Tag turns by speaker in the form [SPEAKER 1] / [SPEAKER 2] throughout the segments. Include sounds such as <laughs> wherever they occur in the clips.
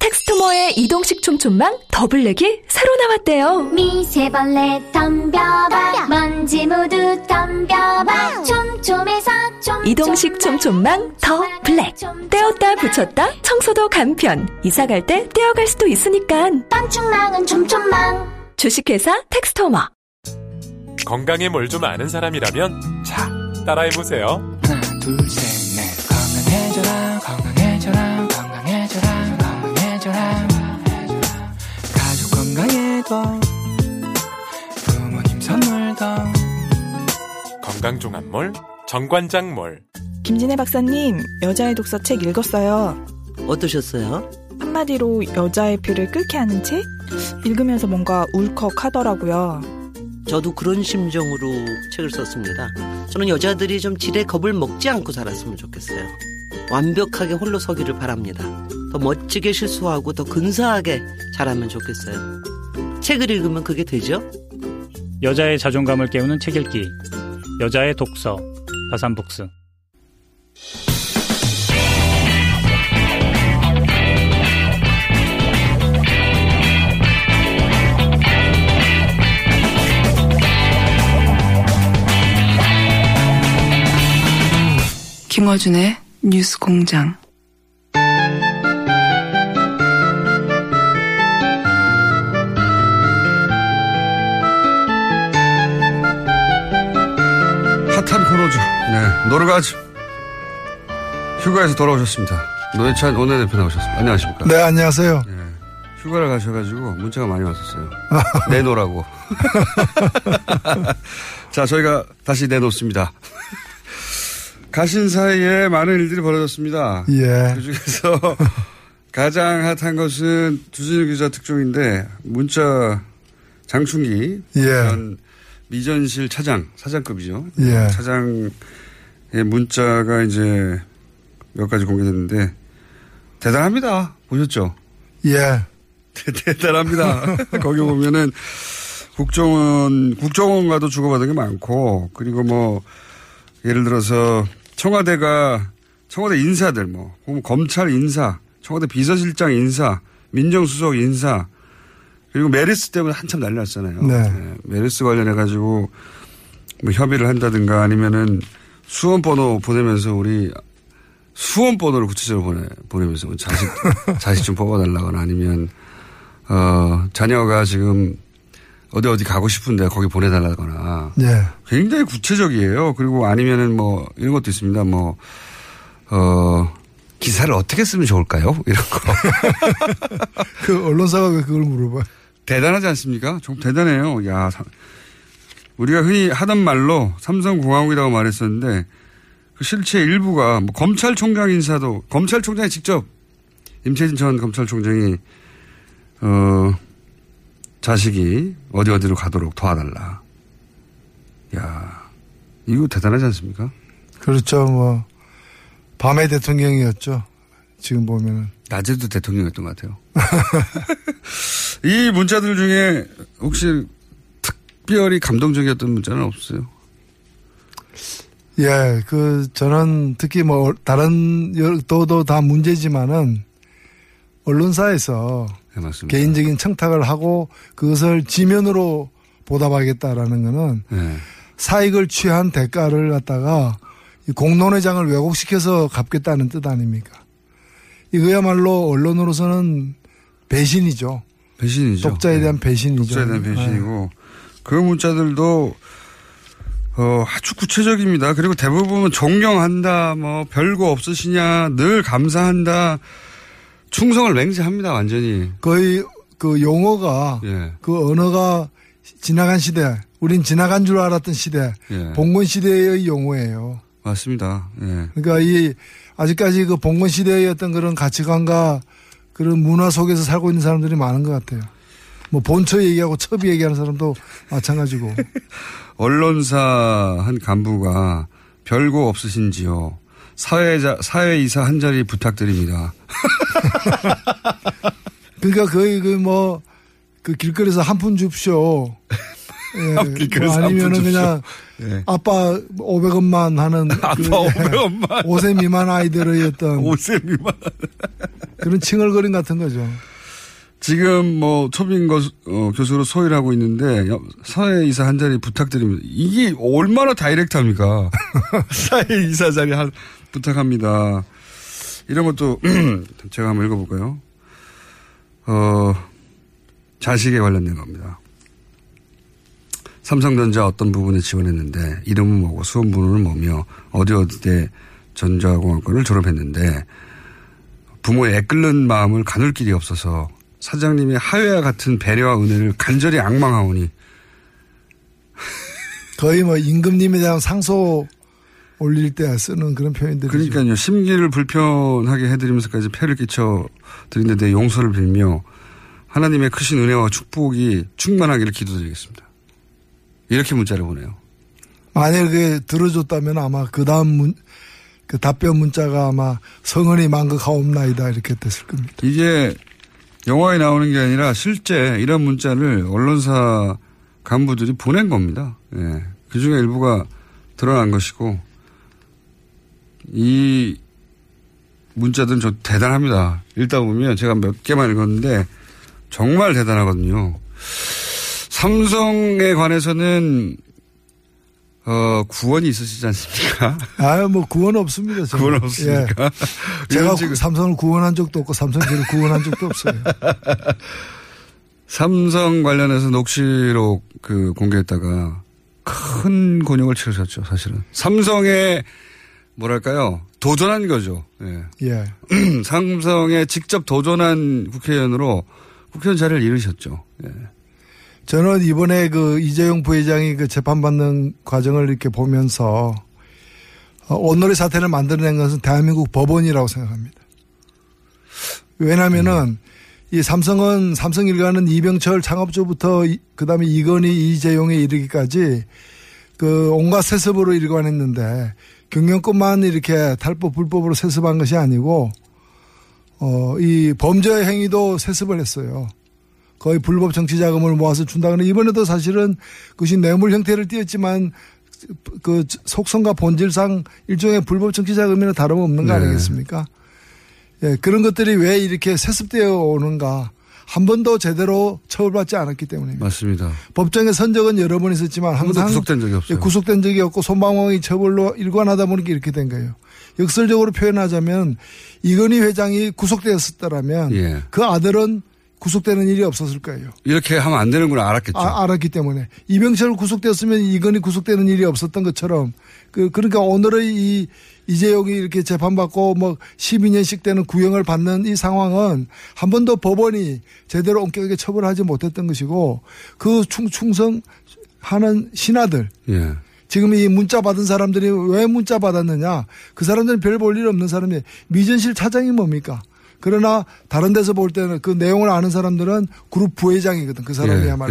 [SPEAKER 1] 텍스토머의 이동식 촘촘망 더블랙이 새로 나왔대요.
[SPEAKER 2] 미세벌레 덤벼봐 먼지 모두 덤벼봐 촘촘해서 촘촘만
[SPEAKER 1] 이동식 촘촘망 더 블랙. 떼었다 붙였다 청소도 간편. 이사 갈 때 떼어갈 수도 있으니까.
[SPEAKER 2] 방충망은 촘촘만
[SPEAKER 1] 주식회사 텍스토머.
[SPEAKER 3] 건강에 뭘 좀 아는 사람이라면 자 따라해보세요.
[SPEAKER 4] 하나 둘셋넷 건강해져라 건강해져라 건강해져라 건강해져라 가족 건강에도 부모님 선물도
[SPEAKER 3] 건강종합몰 정관장몰
[SPEAKER 5] 김진애 박사님, 여자의 독서 책 읽었어요.
[SPEAKER 6] 어떠셨어요?
[SPEAKER 5] 한마디로 여자의 피를 끓게 하는 책? 읽으면서 뭔가 울컥하더라고요.
[SPEAKER 6] 저도 그런 심정으로 책을 썼습니다. 저는 여자들이 좀 질에 겁을 먹지 않고 살았으면 좋겠어요. 완벽하게 홀로 서기를 바랍니다. 더 멋지게 실수하고 더 근사하게 자라면 좋겠어요. 책을 읽으면 그게 되죠?
[SPEAKER 7] 여자의 자존감을 깨우는 책 읽기 여자의 독서 바산북스
[SPEAKER 8] 김어준의 뉴스 공장.
[SPEAKER 9] 핫한 코너죠. 네. 노르가즈. 휴가에서 돌아오셨습니다. 노회찬 원내대표 나오셨습니다. 안녕하십니까.
[SPEAKER 10] 네, 안녕하세요.
[SPEAKER 9] 예. 휴가를 가셔가지고 문자가 많이 왔었어요. 내놓으라고. 자, 저희가 다시 내놓습니다. <laughs> 가신 사이에 많은 일들이 벌어졌습니다.
[SPEAKER 10] 예.
[SPEAKER 9] 그 중에서 가장 핫한 것은 주진우 기자 특종인데 문자 장충기
[SPEAKER 10] 예.
[SPEAKER 9] 전 미전실 차장 사장급이죠.
[SPEAKER 10] 예.
[SPEAKER 9] 차장의 문자가 이제 몇 가지 공개됐는데 대단합니다. 보셨죠?
[SPEAKER 10] 예.
[SPEAKER 9] 대- 대단합니다. <laughs> 거기 보면은 국정원 국정원과도 주고받은 게 많고 그리고 뭐 예를 들어서 청와대가 청와대 인사들 뭐 혹은 검찰 인사, 청와대 비서실장 인사, 민정수석 인사 그리고 메르스 때문에 한참 난리 났잖아요.
[SPEAKER 10] 네.
[SPEAKER 9] 메르스 관련해 가지고 뭐 협의를 한다든가 아니면은 수원 번호 보내면서 우리 수원 번호를 구체적으로 보내, 보내면서 뭐 자식 자식 좀 뽑아달라거나 아니면 어, 자녀가 지금 어디 어디 가고 싶은데 거기 보내달라거나
[SPEAKER 10] 예.
[SPEAKER 9] 굉장히 구체적이에요. 그리고 아니면은 뭐 이런 것도 있습니다. 뭐, 어, 기사를 어떻게 쓰면 좋을까요? 이런 거.
[SPEAKER 10] 그 언론사가 왜 그걸 물어봐.
[SPEAKER 9] 대단하지 않습니까? 좀 대단해요. 야, 사- 우리가 흔히 하던 말로 삼성공화국이라고 말했었는데 그 실체 일부가 뭐 검찰총장 인사도 검찰총장이 직접 임채진 전 검찰총장이 어 자식이 어디 어디로 가도록 도와달라. 야, 이거 대단하지 않습니까?
[SPEAKER 10] 그렇죠, 뭐. 밤의 대통령이었죠. 지금 보면은.
[SPEAKER 9] 낮에도 대통령이었던 것 같아요. <laughs> 이 문자들 중에 혹시 특별히 감동적이었던 문자는 없어요?
[SPEAKER 10] 예, 그, 저는 특히 뭐, 다른, 여러- 또도 다 문제지만은, 언론사에서
[SPEAKER 9] 네, 맞습니다.
[SPEAKER 10] 개인적인 청탁을 하고, 그것을 지면으로 보답하겠다라는 거는,
[SPEAKER 9] 네.
[SPEAKER 10] 사익을 취한 대가를 갖다가 이 공론의 장을 왜곡시켜서 갚겠다는 뜻 아닙니까? 이거야말로 언론으로서는 배신이죠.
[SPEAKER 9] 배신이죠. 네.
[SPEAKER 10] 독자에 대한 배신이죠.
[SPEAKER 9] 독자에 대한
[SPEAKER 7] 네.
[SPEAKER 9] 배신이고 그 문자들도 어, 아주 구체적입니다. 그리고 대부분 존경한다, 뭐 별거 없으시냐, 늘 감사한다, 충성을 맹세합니다, 완전히.
[SPEAKER 10] 네. 거의 그 용어가
[SPEAKER 9] 예,
[SPEAKER 10] 그 언어가 시- 지나간 시대, 우린 지나간 줄 알았던 시대,
[SPEAKER 9] 예,
[SPEAKER 10] 봉건 시대의 용어예요.
[SPEAKER 9] 맞습니다. 예,
[SPEAKER 10] 그러니까 이 아직까지 그 봉건 시대의 어떤 그런 가치관과 그런 문화 속에서 살고 있는 사람들이 많은 것 같아요. 뭐 본처 얘기하고 첩이 얘기하는 사람도 마찬가지고.
[SPEAKER 9] 언론사 한 간부가 별거 없으신지요. 사회자, 사회이사 한 자리 부탁드립니다.
[SPEAKER 10] 그러니까 거의 그 뭐, 그 길거리에서 한 푼 줍쇼. 예,
[SPEAKER 9] 길거리에서 한푼
[SPEAKER 10] 뭐 아니면은
[SPEAKER 9] 줍쇼. <laughs>
[SPEAKER 10] 그냥
[SPEAKER 9] 예.
[SPEAKER 10] 아빠
[SPEAKER 9] <laughs>
[SPEAKER 10] 500원만 하는 아빠
[SPEAKER 9] 어, 500원만
[SPEAKER 10] 5세 미만 아이들의 어떤
[SPEAKER 9] 5세 미만
[SPEAKER 10] 그런 칭얼거림 같은 거죠.
[SPEAKER 9] 지금 뭐 초빙 거, 어, 교수로 소위를 하고 있는데 여- 사회이사 한 자리 부탁드립니다. 이게 얼마나 다이렉트합니까? <laughs> 사회이사 자리 한, 부탁합니다. 이런 것도 <clears throat> 제가 한번 읽어볼까요? 어, 자식에 관련된 겁니다. 삼성전자 어떤 부분에 지원했는데 이름은 뭐고 수험번호는 뭐며 어디 어디대 전자공학과를 졸업했는데 부모의 애끓는 마음을 가눌 길이 없어서 사장님의 하회와 같은 배려와 은혜를 간절히 악망하오니
[SPEAKER 10] 거의 뭐 임금님에 대한 상소 올릴 때 쓰는 그런 표현들이
[SPEAKER 9] 그러니까요 심기를 불편하게 해드리면서까지 폐를 끼쳐 드리는데 내 용서를 빌며 하나님의 크신 은혜와 축복이 충만하기를 기도드리겠습니다. 이렇게 문자를 보내요.
[SPEAKER 10] 만약에 들어줬다면 아마 그 다음 문, 그 답변 문자가 아마 성은이 만극하옵나이다 이렇게 됐을 겁니다.
[SPEAKER 9] 음. 이게 영화에 나오는 게 아니라 실제 이런 문자를 언론사 간부들이 보낸 겁니다. 예. 그 중에 일부가 드러난 것이고, 이 문자들은 저 대단합니다. 읽다 보면 제가 몇 개만 읽었는데, 정말 대단하거든요. 삼성에 관해서는, 어, 구원이 있으시지 않습니까?
[SPEAKER 10] 아유 뭐 구원 없습니다. 저는.
[SPEAKER 9] 구원 없습니까?
[SPEAKER 10] 예. 제가
[SPEAKER 9] 이건 지금-
[SPEAKER 10] 삼성을 구원한 적도 없고 삼성계를 구원한
[SPEAKER 9] <laughs>
[SPEAKER 10] 적도 없어요.
[SPEAKER 9] 삼성 관련해서 녹취록 그 공개했다가 큰 곤욕을 치르셨죠, 사실은. 삼성의 뭐랄까요? 도전한 거죠. 예.
[SPEAKER 10] 예.
[SPEAKER 9] 삼성에 직접 도전한 국회의원으로 국회의원 자리를 잃으셨죠. 예.
[SPEAKER 10] 저는 이번에 그 이재용 부회장이 그 재판받는 과정을 이렇게 보면서 어, 온누리 사태를 만들어낸 것은 대한민국 법원이라고 생각합니다. 왜냐면은 이 삼성은 삼성 일가는 이병철 창업주부터 이- 그다음에 이건희 이재용에 이르기까지 그 온갖 세습으로 일관했는데 경영권만 이렇게 탈법 불법으로 세습한 것이 아니고 어이 범죄 행위도 세습을 했어요. 거의 불법 정치 자금을 모아서 준다거나 이번에도 사실은 그것이 뇌물 형태를 띄었지만 그 속성과 본질상 일종의 불법 정치 자금이나 다름없는 거
[SPEAKER 9] 네.
[SPEAKER 10] 아니겠습니까? 예, 그런 것들이 왜 이렇게 세습되어 오는가 한 번도 제대로 처벌받지 않았기 때문입니다.
[SPEAKER 9] 맞습니다.
[SPEAKER 10] 법정의 선적은 여러 번 있었지만
[SPEAKER 9] 한 번도
[SPEAKER 10] 항상
[SPEAKER 9] 구속된 적이 없어요.
[SPEAKER 10] 예, 구속된 적이 없고 손방망이 처벌로 일관하다 보니까 이렇게 된 거예요. 역설적으로 표현하자면 이건희 회장이 구속되었었다라면
[SPEAKER 9] 예.
[SPEAKER 10] 그 아들은 구속되는 일이 없었을 거예요.
[SPEAKER 9] 이렇게 하면 안 되는 걸 알았겠죠.
[SPEAKER 10] 아, 알았기 때문에 이병철 구속되었으면 이건희 구속되는 일이 없었던 것처럼 그 그러니까 오늘의 이 이재용이 이렇게 재판받고 뭐 12년씩 되는 구형을 받는 이 상황은 한 번도 법원이 제대로 엄격하게 처벌하지 못했던 것이고 그 충, 충성하는 신하들
[SPEAKER 9] 예.
[SPEAKER 10] 지금 이 문자 받은 사람들이 왜 문자 받았느냐? 그 사람들은 별 볼 일 없는 사람이 미전실 차장이 뭡니까? 그러나 다른 데서 볼 때는 그 내용을 아는 사람들은 그룹 부회장이거든. 그 사람이야말로.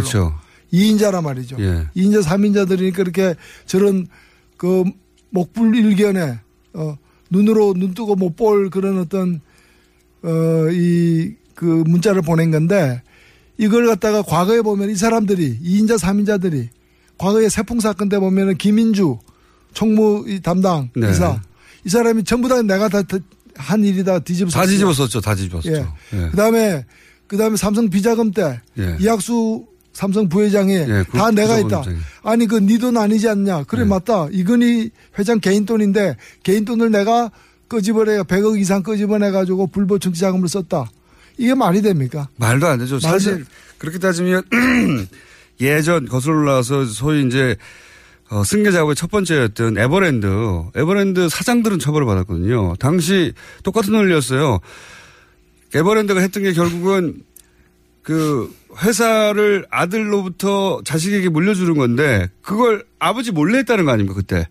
[SPEAKER 9] 예, 그렇죠.
[SPEAKER 10] 이인자란 말이죠.
[SPEAKER 9] 예.
[SPEAKER 10] 이인자삼인자들이니까 이렇게 저런 그 목불일견에 어 눈으로 눈 뜨고 못 볼 그런 어떤 어 이 그 문자를 보낸 건데 이걸 갖다가 과거에 보면 이 사람들이 이인자삼인자들이 과거에 세풍 사건 때 보면은 김인주 총무 이 담당
[SPEAKER 9] 네.
[SPEAKER 10] 이사 이 사람이 전부 다 내가 다 한 일이다 뒤집어
[SPEAKER 9] 다 뒤집었었죠. 다 뒤집었죠.
[SPEAKER 10] 예.
[SPEAKER 9] 예.
[SPEAKER 10] 그다음에 그다음에 삼성 비자금 때
[SPEAKER 9] 예.
[SPEAKER 10] 이학수 삼성 부회장이
[SPEAKER 9] 그
[SPEAKER 10] 다 내가
[SPEAKER 9] 비자금
[SPEAKER 10] 있다.
[SPEAKER 9] 부장이. 예.
[SPEAKER 10] 아니 그 네 돈 아니지 않냐? 그래 맞다. 이건희 회장 개인 돈인데 개인 돈을 내가 끄집어내 100억 이상 끄집어내 가지고 불법 정치 자금으로 썼다. 이게 말이 됩니까?
[SPEAKER 9] 말도 안 되죠. 사실 그렇게 따지면 <clears throat> 예전 거슬러 올라와서 소위 이제 어, 승계 작업의 첫 번째였던 에버랜드, 에버랜드 사장들은 처벌을 받았거든요. 당시 똑같은 논리였어요. 에버랜드가 했던 게 결국은 그 회사를 아들로부터 자식에게 물려주는 건데 그걸 아버지 몰래 했다는 거 아닙니까 그때?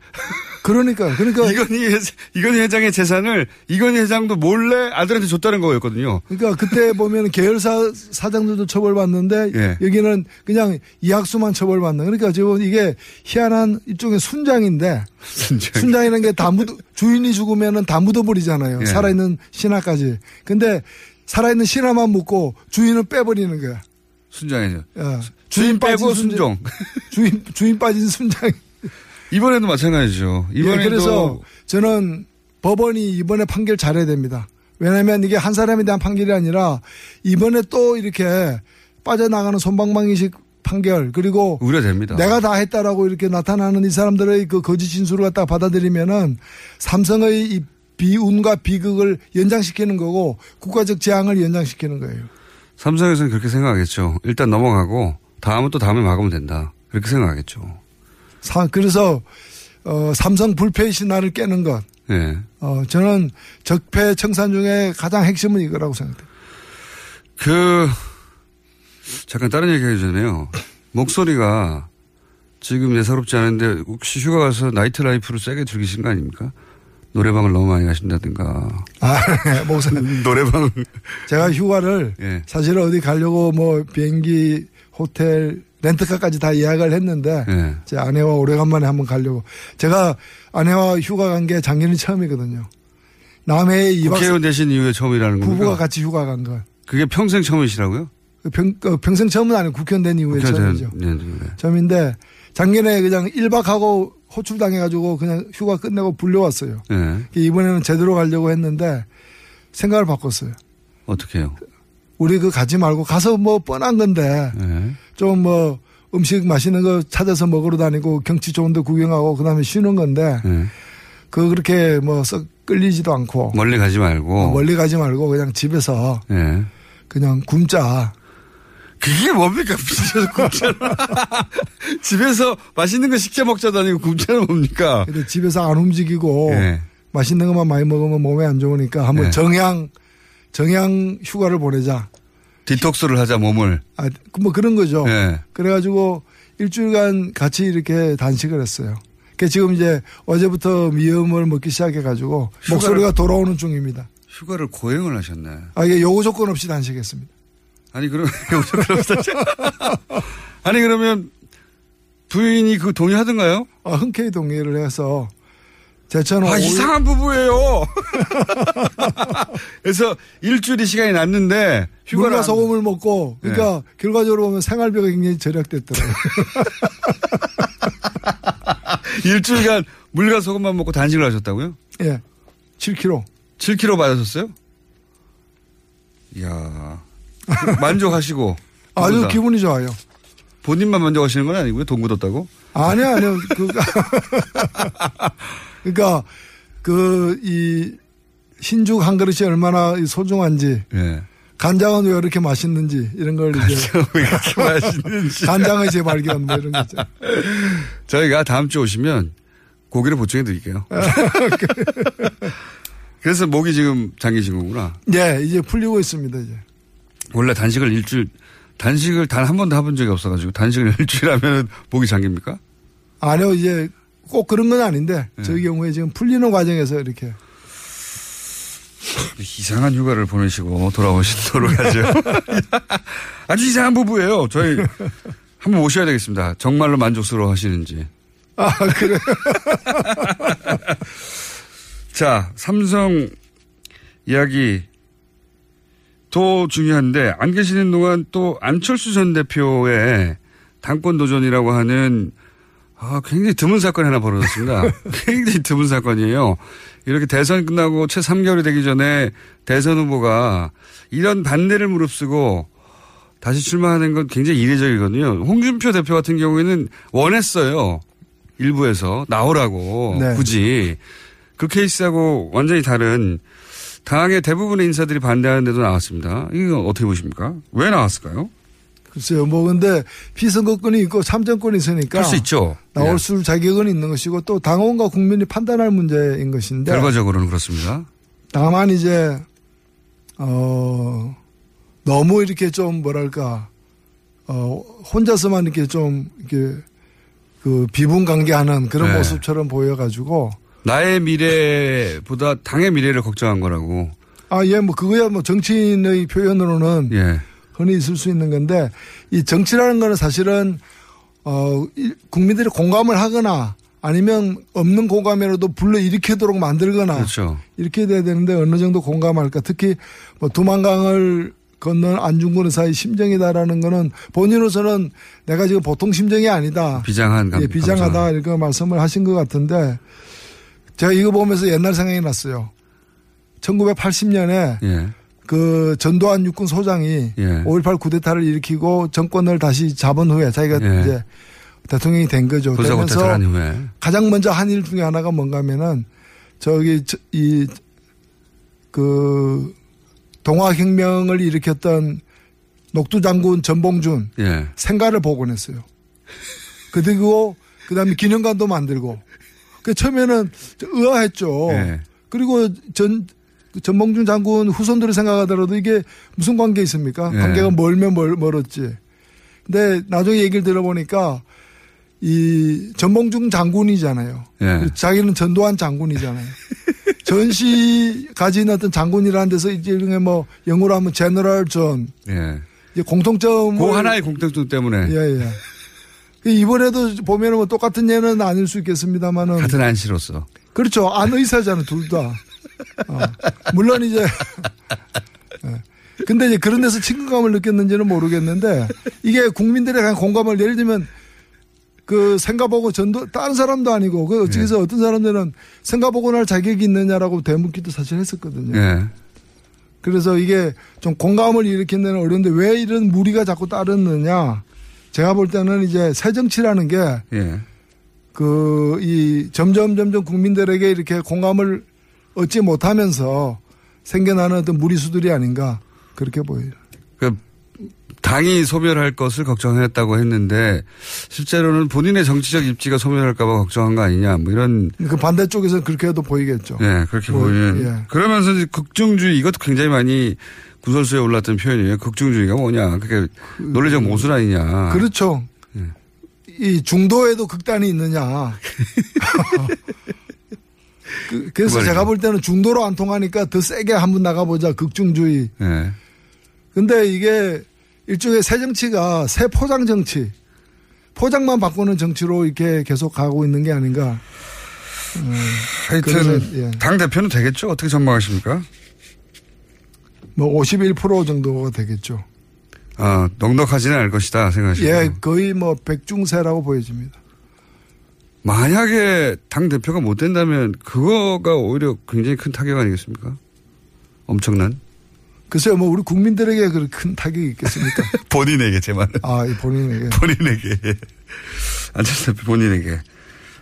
[SPEAKER 10] 그러니까 그러니까
[SPEAKER 9] 이건희 회장, 이건희 회장의 재산을 이건희 회장도 몰래 아들한테 줬다는 거였거든요.
[SPEAKER 10] 그러니까 그때 보면 계열사 사장들도 처벌받는데
[SPEAKER 9] 예.
[SPEAKER 10] 여기는 그냥 이학수만 처벌받는. 그러니까 지금 이게 희한한 일종의 순장인데
[SPEAKER 9] 그러니까.
[SPEAKER 10] 순장이라는 게 다 묻어 주인이 죽으면은 다 묻어버리잖아요.
[SPEAKER 9] 예.
[SPEAKER 10] 살아있는 신하까지. 근데 살아있는 신하만 묻고 주인을 빼버리는 거야.
[SPEAKER 9] 순장이죠.
[SPEAKER 10] 예.
[SPEAKER 9] 주인 빼고
[SPEAKER 10] 빠진
[SPEAKER 9] 순종.
[SPEAKER 10] 주인 주인 빠진 순장.
[SPEAKER 9] 이번에도 마찬가지죠. 이번에도
[SPEAKER 10] 예, 그래서 저는 법원이 이번에 판결 잘해야 됩니다. 왜냐하면 이게 한 사람에 대한 판결이 아니라 이번에 또 이렇게 빠져나가는 손방망이식 판결 그리고
[SPEAKER 9] 우려됩니다.
[SPEAKER 10] 내가 다 했다라고 이렇게 나타나는 이 사람들의 그 거짓 진술을 갖다 받아들이면은 삼성의 이 비운과 비극을 연장시키는 거고 국가적 재앙을 연장시키는 거예요.
[SPEAKER 9] 삼성에서는 그렇게 생각하겠죠. 일단 넘어가고 다음은 또 다음에 막으면 된다. 그렇게 생각하겠죠.
[SPEAKER 10] 사- 그래서 어, 삼성 불패의 신화를 깨는 것.
[SPEAKER 9] 예.
[SPEAKER 10] 어, 저는 적폐 청산 중에 가장 핵심은 이거라고 생각해요.
[SPEAKER 9] 그 잠깐 다른 얘기하기 전에요. 목소리가 지금 예사롭지 않은데 혹시 휴가 가서 나이트 라이프를 세게 즐기신 거 아닙니까? 노래방을 너무 많이 가신다든가
[SPEAKER 10] 아, 목소리.
[SPEAKER 9] <laughs> 노래방
[SPEAKER 10] 제가 휴가를
[SPEAKER 9] 예.
[SPEAKER 10] 사실 어디 가려고 뭐 비행기, 호텔, 렌트카까지 다 예약을 했는데
[SPEAKER 9] 예.
[SPEAKER 10] 제 아내와 오래간만에 한번 가려고. 제가 아내와 휴가 간 게 작년이 처음이거든요. 남해에 이박
[SPEAKER 9] 국회의원 되신 이후에 처음이라는 겁니까?
[SPEAKER 10] 부부가 같이 휴가 간 거.
[SPEAKER 9] 그게 평생 처음이시라고요?
[SPEAKER 10] 그 평, 그 평생 처음은 아니고 국회의원 된 이후에 처음이죠.
[SPEAKER 9] 네, 네, 네.
[SPEAKER 10] 처음인데 작년에 그냥 1박하고 호출당해가지고 그냥 휴가 끝내고 불려왔어요.
[SPEAKER 9] 예.
[SPEAKER 10] 이번에는 제대로 가려고 했는데 생각을 바꿨어요.
[SPEAKER 9] 어떻게 해요?
[SPEAKER 10] 우리 그 가지 말고 가서 뭐 뻔한 건데
[SPEAKER 9] 예.
[SPEAKER 10] 좀 뭐 음식 맛있는 거 찾아서 먹으러 다니고 경치 좋은 데 구경하고 그다음에 쉬는 건데
[SPEAKER 9] 예.
[SPEAKER 10] 그 그렇게 뭐 썩 끌리지도 않고
[SPEAKER 9] 멀리 가지 말고
[SPEAKER 10] 어, 멀리 가지 말고 그냥 집에서
[SPEAKER 9] 예.
[SPEAKER 10] 그냥 굶자.
[SPEAKER 9] 그게 뭡니까? 집에서 굶잖아. <laughs> 집에서 맛있는 거 시켜 먹자도 아니고 굶자는 뭡니까?
[SPEAKER 10] 근데 집에서 안 움직이고
[SPEAKER 9] 예.
[SPEAKER 10] 맛있는 것만 많이 먹으면 몸에 안 좋으니까 한번
[SPEAKER 9] 예.
[SPEAKER 10] 정향 정향 휴가를 보내자.
[SPEAKER 9] 디톡스를 하자 몸을.
[SPEAKER 10] 아, 그뭐 그런 거죠.
[SPEAKER 9] 예.
[SPEAKER 10] 그래가지고 일주일간 같이 이렇게 단식을 했어요. 그 지금 이제 어제부터 미음을 먹기 시작해가지고
[SPEAKER 9] 휴가를-
[SPEAKER 10] 목소리가 돌아오는 중입니다.
[SPEAKER 9] 휴가를 고행을 하셨네.
[SPEAKER 10] 아 이게 요구 조건 없이 단식했습니다.
[SPEAKER 9] 아니 그러면 <laughs> 여기서 그럽시다. 아니 그러면 부인이 그 동의하던가요?
[SPEAKER 10] 아, 흔쾌히 동의를 해서 제천호
[SPEAKER 9] 아
[SPEAKER 10] 오일-
[SPEAKER 9] 이상한 부부예요. <laughs> 그래서 일주일이 시간이 났는데 휴가를
[SPEAKER 10] 물과
[SPEAKER 9] 안-
[SPEAKER 10] 소금을 먹고 그러니까 결과적으로 보면 생활비가 굉장히 <laughs> 절약됐더라고요.
[SPEAKER 9] <laughs> 일주일간 물과 소금만 먹고 단식을 하셨다고요?
[SPEAKER 10] 예, 7kg.
[SPEAKER 9] 7kg 받으셨어요? 이야 만족하시고
[SPEAKER 10] 아주
[SPEAKER 9] 누구나.
[SPEAKER 10] 기분이 좋아요.
[SPEAKER 9] 본인만 만족하시는 건 아니고요 돈 굳었다고?
[SPEAKER 10] 아니요, 아니요. 그, <laughs> 그러니까 그 이 흰죽 한 그릇이 얼마나 이 소중한지
[SPEAKER 9] 예. <laughs>
[SPEAKER 10] 간장은 왜 이렇게 맛있는지 이런 걸 이제
[SPEAKER 9] 왜 이렇게 맛있는지
[SPEAKER 10] 간장의 재발견 뭐 이런 <laughs> 거죠.
[SPEAKER 9] 저희가 다음 주에 오시면 고기를 보충해 드릴게요. <laughs> 그래서 목이 지금 잠기신 거구나.
[SPEAKER 10] 네, 이제 풀리고 있습니다 이제.
[SPEAKER 9] 원래 단식을 일주일, 단식을 단 한 번도 해본 적이 없어가지고 단식을 <laughs> 일주일 하면 목이 잠깁니까?
[SPEAKER 10] 아니요, 이제 꼭 그런 건 아닌데 저희 경우에 지금 풀리는 과정에서 이렇게
[SPEAKER 9] 이상한 휴가를 보내시고 돌아오시도록 하죠. <laughs> 아주 이상한 부부예요. 저희 한번 모셔야 되겠습니다. 정말로 만족스러워 하시는지.
[SPEAKER 10] 아 그래.
[SPEAKER 9] <laughs> 자, 삼성 이야기 도 중요한데 안 계시는 동안 또 안철수 전 대표의 당권 도전이라고 하는 아, 굉장히 드문 사건이 하나
[SPEAKER 10] <laughs>
[SPEAKER 9] 벌어졌습니다. 굉장히 드문 사건이에요. 이렇게 대선 끝나고 채 3개월이 되기 전에 대선 후보가 이런 반대를 무릅쓰고 다시 출마하는 건 굉장히 이례적이거든요. 홍준표 대표 같은 경우에는 원했어요. 일부에서 나오라고
[SPEAKER 10] 네.
[SPEAKER 9] 굳이 그 케이스하고 완전히 다른 당의 대부분의 인사들이 반대하는데도 나왔습니다. 이거 어떻게 보십니까? 왜 나왔을까요?
[SPEAKER 10] 글쎄요, 뭐 근데 피선거권이 있고 참정권이 있으니까
[SPEAKER 9] 할 수 있죠.
[SPEAKER 10] 나올
[SPEAKER 9] 예.
[SPEAKER 10] 수 자격은 있는 것이고 또 당원과 국민이 판단할 문제인 것인데
[SPEAKER 9] 결과적으로는 그렇습니다.
[SPEAKER 10] 다만 이제 어 너무 이렇게 좀 뭐랄까 어 혼자서만 이렇게 좀 이렇게 그 그 비분관계하는 그런
[SPEAKER 9] 네.
[SPEAKER 10] 모습처럼 보여가지고
[SPEAKER 9] 나의 미래보다 당의 미래를 걱정한 거라고.
[SPEAKER 10] 아 예 뭐 그거야 뭐 정치인의 표현으로는
[SPEAKER 9] 예.
[SPEAKER 10] 흔히 있을 수 있는 건데 이 정치라는 거는 사실은 어 이- 국민들이 공감을 하거나 아니면 없는 공감이라도 불러 일으키도록 만들거나
[SPEAKER 9] 그렇죠.
[SPEAKER 10] 이렇게 돼야 되는데 어느 정도 공감할까 특히 뭐 두만강을 건넌 안중근 의사의 심정이다라는 거는 본인으로서는 내가 지금 보통 심정이 아니다.
[SPEAKER 9] 비장한 감.
[SPEAKER 10] 예, 비장하다 이렇게 말씀을 하신 것 같은데 제가 이거 보면서 옛날 생각이 났어요.
[SPEAKER 9] 감사.
[SPEAKER 10] 1980년에
[SPEAKER 9] 예.
[SPEAKER 10] 그 전두환 육군 소장이
[SPEAKER 9] 예.
[SPEAKER 10] 5.18 쿠데타를 일으키고 정권을 다시 잡은 후에 자기가
[SPEAKER 9] 예.
[SPEAKER 10] 이제 대통령이 된 거죠.
[SPEAKER 9] 군사고
[SPEAKER 10] 되면서
[SPEAKER 9] 태탈한 후에.
[SPEAKER 10] 가장 먼저 한 일 중에 하나가 뭔가 하면은 저기 저- 이 그, 동화혁명을 일으켰던 녹두장군 전봉준
[SPEAKER 9] 예.
[SPEAKER 10] 생가를 복원했어요. 그리고 그 다음에 기념관도 만들고. 그 처음에는 좀 의아했죠.
[SPEAKER 9] 예.
[SPEAKER 10] 그리고 전, 그 전봉준 장군 후손들을 생각하더라도 이게 무슨 관계 있습니까?
[SPEAKER 9] 예.
[SPEAKER 10] 관계가 멀면 멀, 멀었지. 근데 나중에 얘기를 들어보니까 이 전봉준 장군이잖아요.
[SPEAKER 9] 예.
[SPEAKER 10] 그리고 자기는
[SPEAKER 9] <laughs>
[SPEAKER 10] 전두환 장군이잖아요. 전시 가진 어떤 장군이라는 데서 이제 이런 뭐 영어로 하면 제너럴 존
[SPEAKER 9] 예.
[SPEAKER 10] 이제 공통점을
[SPEAKER 9] 그 하나의 공통점 때문에.
[SPEAKER 10] 그뭐 예, 예. 그 이번에도 보면 뭐 똑같은 예는 아닐 수 있겠습니다만은
[SPEAKER 9] 같은 안씨로서.
[SPEAKER 10] 그렇죠. 안 의사잖아, 둘 다. 어. 물론 이제. <laughs> 예. 근데 이제 그런 데서 친근감을 느꼈는지는 모르겠는데 이게 국민들의 그냥 공감을 예를 들면 그 생가보고 전도 다른 사람도 아니고 그 어찌해서 어떤 사람들은 생가보고 날 자격이 있느냐라고 대묻기도 사실 했었거든요.
[SPEAKER 9] 예.
[SPEAKER 10] 그래서 이게 좀 공감을 일으키는 데는 어려운데 왜 이런 무리가 자꾸 따르느냐. 제가 볼 때는 이제 새 정치라는 게
[SPEAKER 9] 예.
[SPEAKER 10] 그, 이, 점점, 점점 국민들에게 이렇게 공감을 얻지 못하면서 생겨나는 어떤 무리수들이 아닌가, 그렇게 보여요.
[SPEAKER 9] 그 당이 소멸할 것을 걱정했다고 했는데 실제로는 본인의 정치적 입지가 소멸할까봐 걱정한 거 아니냐 뭐 이런
[SPEAKER 10] 그 반대쪽에서는 그렇게 해도 보이겠죠.
[SPEAKER 9] 예 그렇게
[SPEAKER 10] 뭐,
[SPEAKER 9] 보이는
[SPEAKER 10] 예.
[SPEAKER 9] 그러면서 이제 극중주의 이것도 굉장히 많이 구설수에 올랐던 표현이에요 극중주의가 뭐냐 그게 논리적 모순 아니냐
[SPEAKER 10] 그렇죠.
[SPEAKER 9] 네.
[SPEAKER 10] 이 중도에도 극단이
[SPEAKER 9] <laughs>
[SPEAKER 10] 있느냐. 그, 래서
[SPEAKER 9] 그 말이죠.
[SPEAKER 10] 제가 볼 때는 중도로 안 통하니까 더 세게 한번 나가보자, 극중주의.
[SPEAKER 9] 예
[SPEAKER 10] 근데 이게 일종의 새 정치가 새 포장 정치, 포장만 바꾸는 정치로 이렇게 계속 가고 있는 게 아닌가.
[SPEAKER 9] 하여튼
[SPEAKER 10] 그래서, 예.
[SPEAKER 9] 당 대표는 되겠죠 어떻게 전망하십니까
[SPEAKER 10] 뭐 51% 정도가 되겠죠.
[SPEAKER 9] 아 넉넉하지는 않을 것이다 생각하시고
[SPEAKER 10] 예, 거의 뭐 백중세라고 보여집니다.
[SPEAKER 9] 만약에 당 대표가 못 된다면 그거가 오히려 굉장히 큰 타격 아니겠습니까
[SPEAKER 10] <laughs>
[SPEAKER 9] 엄청난
[SPEAKER 10] 글쎄요, 뭐 우리 국민들에게 그런 큰 타격이
[SPEAKER 9] <laughs>
[SPEAKER 10] 있겠습니까?
[SPEAKER 9] 본인에게 제 말은
[SPEAKER 10] 아, 이 본인에게.
[SPEAKER 9] <laughs> 본인에게 안철수 대표 본인에게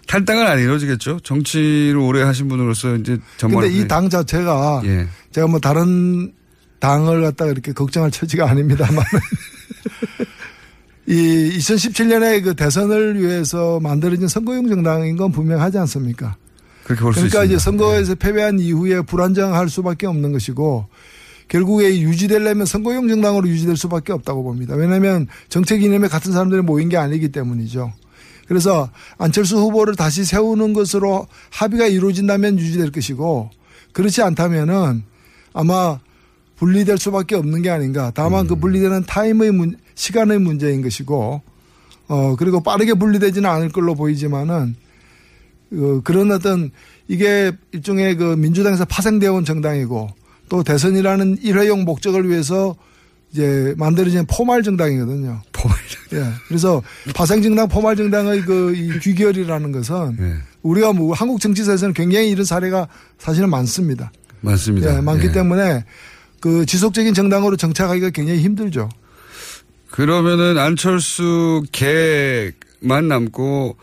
[SPEAKER 9] 탈당은 안 이루어지겠죠. 정치를 오래 하신 분으로서 이제 전망.
[SPEAKER 10] 근데 이 당 자체가
[SPEAKER 9] 예.
[SPEAKER 10] 제가 뭐 다른 당을 갖다가 이렇게 걱정할 처지가 아닙니다만 <laughs> 이 2017년에 그 대선을 위해서 만들어진 선거용 정당인 건 분명하지 않습니까?
[SPEAKER 9] 그렇게 볼 수 있습니다.
[SPEAKER 10] 그러니까 이제 선거에서 패배한 이후에 불안정할 수밖에 없는 것이고 결국에 유지되려면 선거용 정당으로 유지될 수밖에 없다고 봅니다. 왜냐하면 정책 이념에 같은 사람들이 모인 게 아니기 때문이죠. 그래서 안철수 후보를 다시 세우는 것으로 합의가 이루어진다면 유지될 것이고 그렇지 않다면은 아마 분리될 수밖에 없는 게 아닌가. 다만
[SPEAKER 9] 음.
[SPEAKER 10] 그 분리되는 타임의 문, 시간의 문제인 것이고 어 그리고 빠르게 분리되지는 않을 걸로 보이지만은 어, 그런 어떤 이게 일종의 그 민주당에서 파생되어 온 정당이고 또 대선이라는 일회용 목적을 위해서 이제 만들어진 포말 정당이거든요. <laughs>
[SPEAKER 9] 포말
[SPEAKER 10] 예. 그래서 파생 정당, 포말 정당의 그이 귀결이라는 것은
[SPEAKER 9] 예.
[SPEAKER 10] 우리가 뭐 한국 정치사에서는 굉장히 이런 사례가 사실은 많습니다.
[SPEAKER 9] 맞습니다.
[SPEAKER 10] 예, 많기
[SPEAKER 9] 예.
[SPEAKER 10] 때문에 그 지속적인 정당으로 정착하기가 굉장히 힘들죠.
[SPEAKER 9] 그러면은 안철수 개만 남고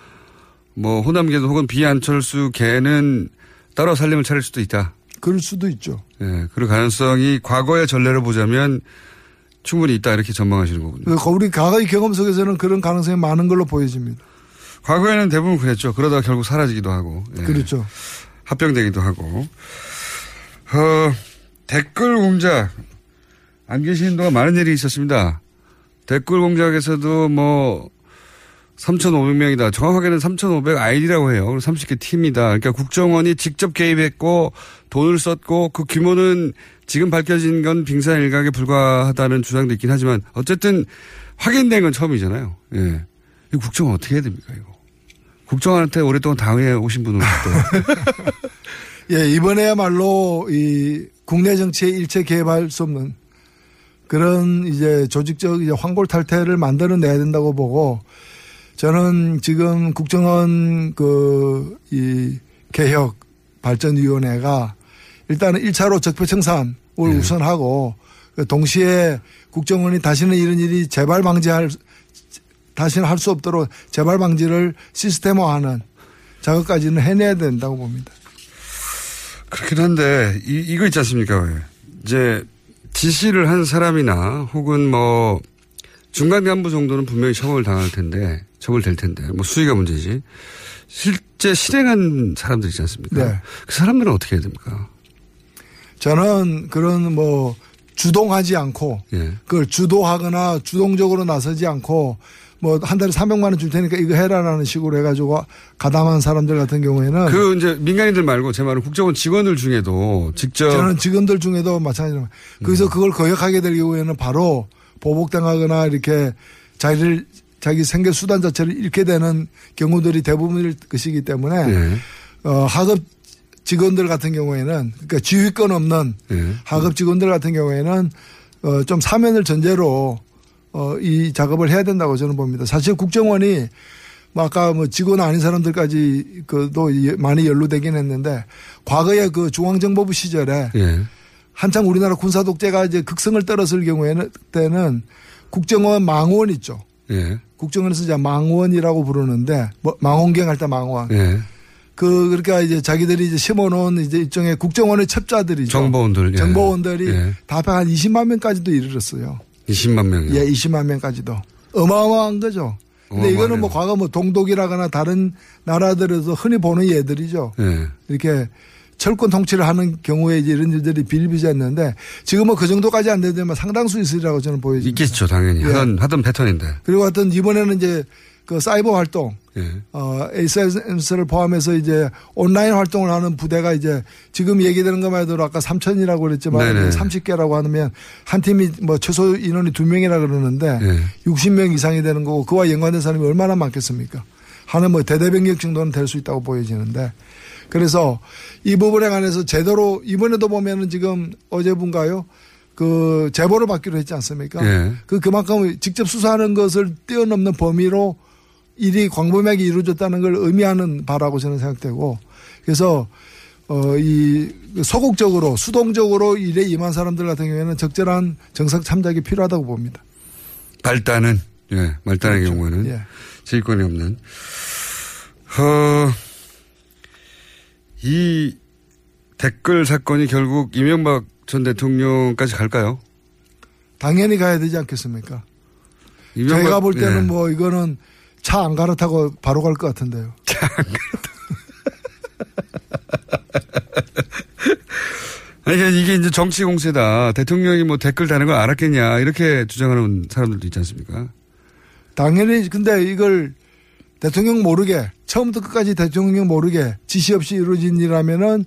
[SPEAKER 9] 뭐 호남계도 혹은 비안철수 개는 따로 살림을 차릴 수도 있다.
[SPEAKER 10] 그럴 수도 있죠.
[SPEAKER 9] 예. 그럴 가능성이 과거의 전례를 보자면 충분히 있다 이렇게 전망하시는 거군요.
[SPEAKER 10] 그래서 우리 과거의 경험 속에서는 그런 가능성이 많은 걸로 보여집니다.
[SPEAKER 9] 과거에는 대부분 그랬죠. 그러다 결국 사라지기도 하고. 예.
[SPEAKER 10] 그렇죠.
[SPEAKER 9] 합병되기도 하고. 어, 댓글 공작. 안 계시는 동안 많은 일이 있었습니다. 댓글 공작에서도 뭐, 3,500명이다. 정확하게는 3,500 아이디라고 해요. 그리고 30개 팀이다. 그러니까 국정원이 직접 개입했고 돈을 썼고 그 규모는 지금 밝혀진 건 빙산 일각에 불과하다는 주장도 있긴 하지만 어쨌든 확인된 건 처음이잖아요. 예. 이 국정원 어떻게 해야 됩니까, 이거? 국정원한테 오랫동안 당해 오신 분은 또
[SPEAKER 10] 예, 이번에야말로 이 국내 정치에 일체 개입할 수 없는 그런 이제 조직적 이제 황골 탈퇴를 만들어내야 된다고 보고 저는 지금 국정원 그 이 개혁 발전위원회가 일단은 1차로 적폐청산을 우선하고 그 동시에 국정원이 다시는 이런 일이 재발 방지할 다시는 할 수 없도록 재발 방지를 시스템화하는 작업까지는 해내야 된다고 봅니다.
[SPEAKER 9] 그렇긴 한데 이, 이거 있지 않습니까? 왜? 이제 지시를 한 사람이나 혹은 뭐 중간 간부 정도는 분명히 처벌 당할 텐데 처벌될 텐데 뭐 수위가 문제지 실제 실행한 사람들 있지 않습니까?
[SPEAKER 10] 네.
[SPEAKER 9] 그 사람들은 어떻게 해야 됩니까?
[SPEAKER 10] 저는 그런 뭐 주동하지 않고
[SPEAKER 9] 예.
[SPEAKER 10] 그걸 주도하거나 주동적으로 나서지 않고 뭐 한 달에 300만 원 줄 테니까 이거 해라라는 식으로 해가지고 가담한 사람들 같은 경우에는
[SPEAKER 9] 그 이제 민간인들 말고 제 말은 국정원 직원들 중에도 직접
[SPEAKER 10] 저는 직원들 중에도 마찬가지로
[SPEAKER 9] 음.
[SPEAKER 10] 거기서 그걸 거역하게 될 경우에는 바로 보복당하거나 이렇게 자기를 자기 생계 수단 자체를 잃게 되는 경우들이 대부분일 것이기 때문에
[SPEAKER 9] 예.
[SPEAKER 10] 어, 하급 직원들 같은 경우에는 그러니까 지휘권 없는
[SPEAKER 9] 예.
[SPEAKER 10] 하급 직원들 같은 경우에는 어, 좀 사면을 전제로 어, 이 작업을 해야 된다고 저는 봅니다. 사실 국정원이 뭐 아까 뭐 직원 아닌 사람들까지 그도 예- 많이 연루되긴 했는데 과거에 그 중앙정보부 시절에
[SPEAKER 9] 예.
[SPEAKER 10] 한창 우리나라 군사 독재가 이제 극성을 떨었을 경우에는 때는 국정원 망원 있죠.
[SPEAKER 9] 예.
[SPEAKER 10] 국정원에서 이제 망원이라고 부르는데 뭐 망원경 할 때 망원.
[SPEAKER 9] 예.
[SPEAKER 10] 그 그러니까 이제 자기들이 이제 심어놓은 이제 일종의 국정원의 첩자들이죠.
[SPEAKER 9] 정보원들, 예.
[SPEAKER 10] 정보원들이
[SPEAKER 9] 예.
[SPEAKER 10] 다합해 한 20만 명까지도 이르렀어요.
[SPEAKER 9] 20만 명이요.
[SPEAKER 10] 예, 20만 명까지도 어마어마한 거죠. 근데
[SPEAKER 9] 어마어마하네요.
[SPEAKER 10] 이거는 뭐 과거 뭐 동독이라거나 다른 나라들에서 흔히 보는 예들이죠.
[SPEAKER 9] 예.
[SPEAKER 10] 이렇게 철권 통치를 하는 경우에 이제 이런 일들이 비일비재했는데 지금은 그 정도까지 안 되지만 상당수 있으리라고 저는 보여집니다.
[SPEAKER 9] 있겠죠 당연히
[SPEAKER 10] 예.
[SPEAKER 9] 하던 하던 패턴인데.
[SPEAKER 10] 그리고 하여튼 이번에는 이제 그 사이버 활동
[SPEAKER 9] 예.
[SPEAKER 10] 어, SNS를 포함해서 이제 온라인 활동을 하는 부대가 이제 지금 얘기되는 것만 해도 아까 3천이라고
[SPEAKER 9] 네네.
[SPEAKER 10] 그랬지만 30개라고 하면 한 팀이 뭐 최소 인원이 2명이라 그러는데
[SPEAKER 9] 예.
[SPEAKER 10] 60명 이상이 되는 거고 그와 연관된 사람이 얼마나 많겠습니까? 하는 뭐 대대변경 정도는 될 수 있다고 보여지는데 그래서 이 부분에 관해서 제대로 이번에도 보면은 지금 어제분가요 그 제보를 받기로 했지 않습니까?
[SPEAKER 9] 예.
[SPEAKER 10] 그 그만큼 직접 수사하는 것을 뛰어넘는 범위로 일이 광범위하게 이루어졌다는 걸 의미하는 바라고 저는 생각되고 그래서 어이 소극적으로 수동적으로 일에 임한 사람들 같은 경우에는 적절한 정상 참작이 필요하다고 봅니다.
[SPEAKER 9] 발단은 예. 말단의
[SPEAKER 10] 그렇죠.
[SPEAKER 9] 경우에는
[SPEAKER 10] 예.
[SPEAKER 9] 지휘권이 없는. 어, 이 댓글 사건이 결국 이명박 전 대통령까지 갈까요?
[SPEAKER 10] 당연히 가야 되지 않겠습니까?
[SPEAKER 9] 이명박-
[SPEAKER 10] 제가 볼 때는
[SPEAKER 9] 예.
[SPEAKER 10] 뭐 이거는 차 안 갈아타고 바로 갈 것 같은데요.
[SPEAKER 9] 아니, 그러니까 이게 이제 정치 공세다. 대통령이 뭐 댓글 다는 걸 알았겠냐. 이렇게 주장하는 사람들도 있지 않습니까?
[SPEAKER 10] 당연히 근데 이걸 대통령 모르게 처음부터 끝까지 대통령 모르게 지시 없이 이루어진 일이라면은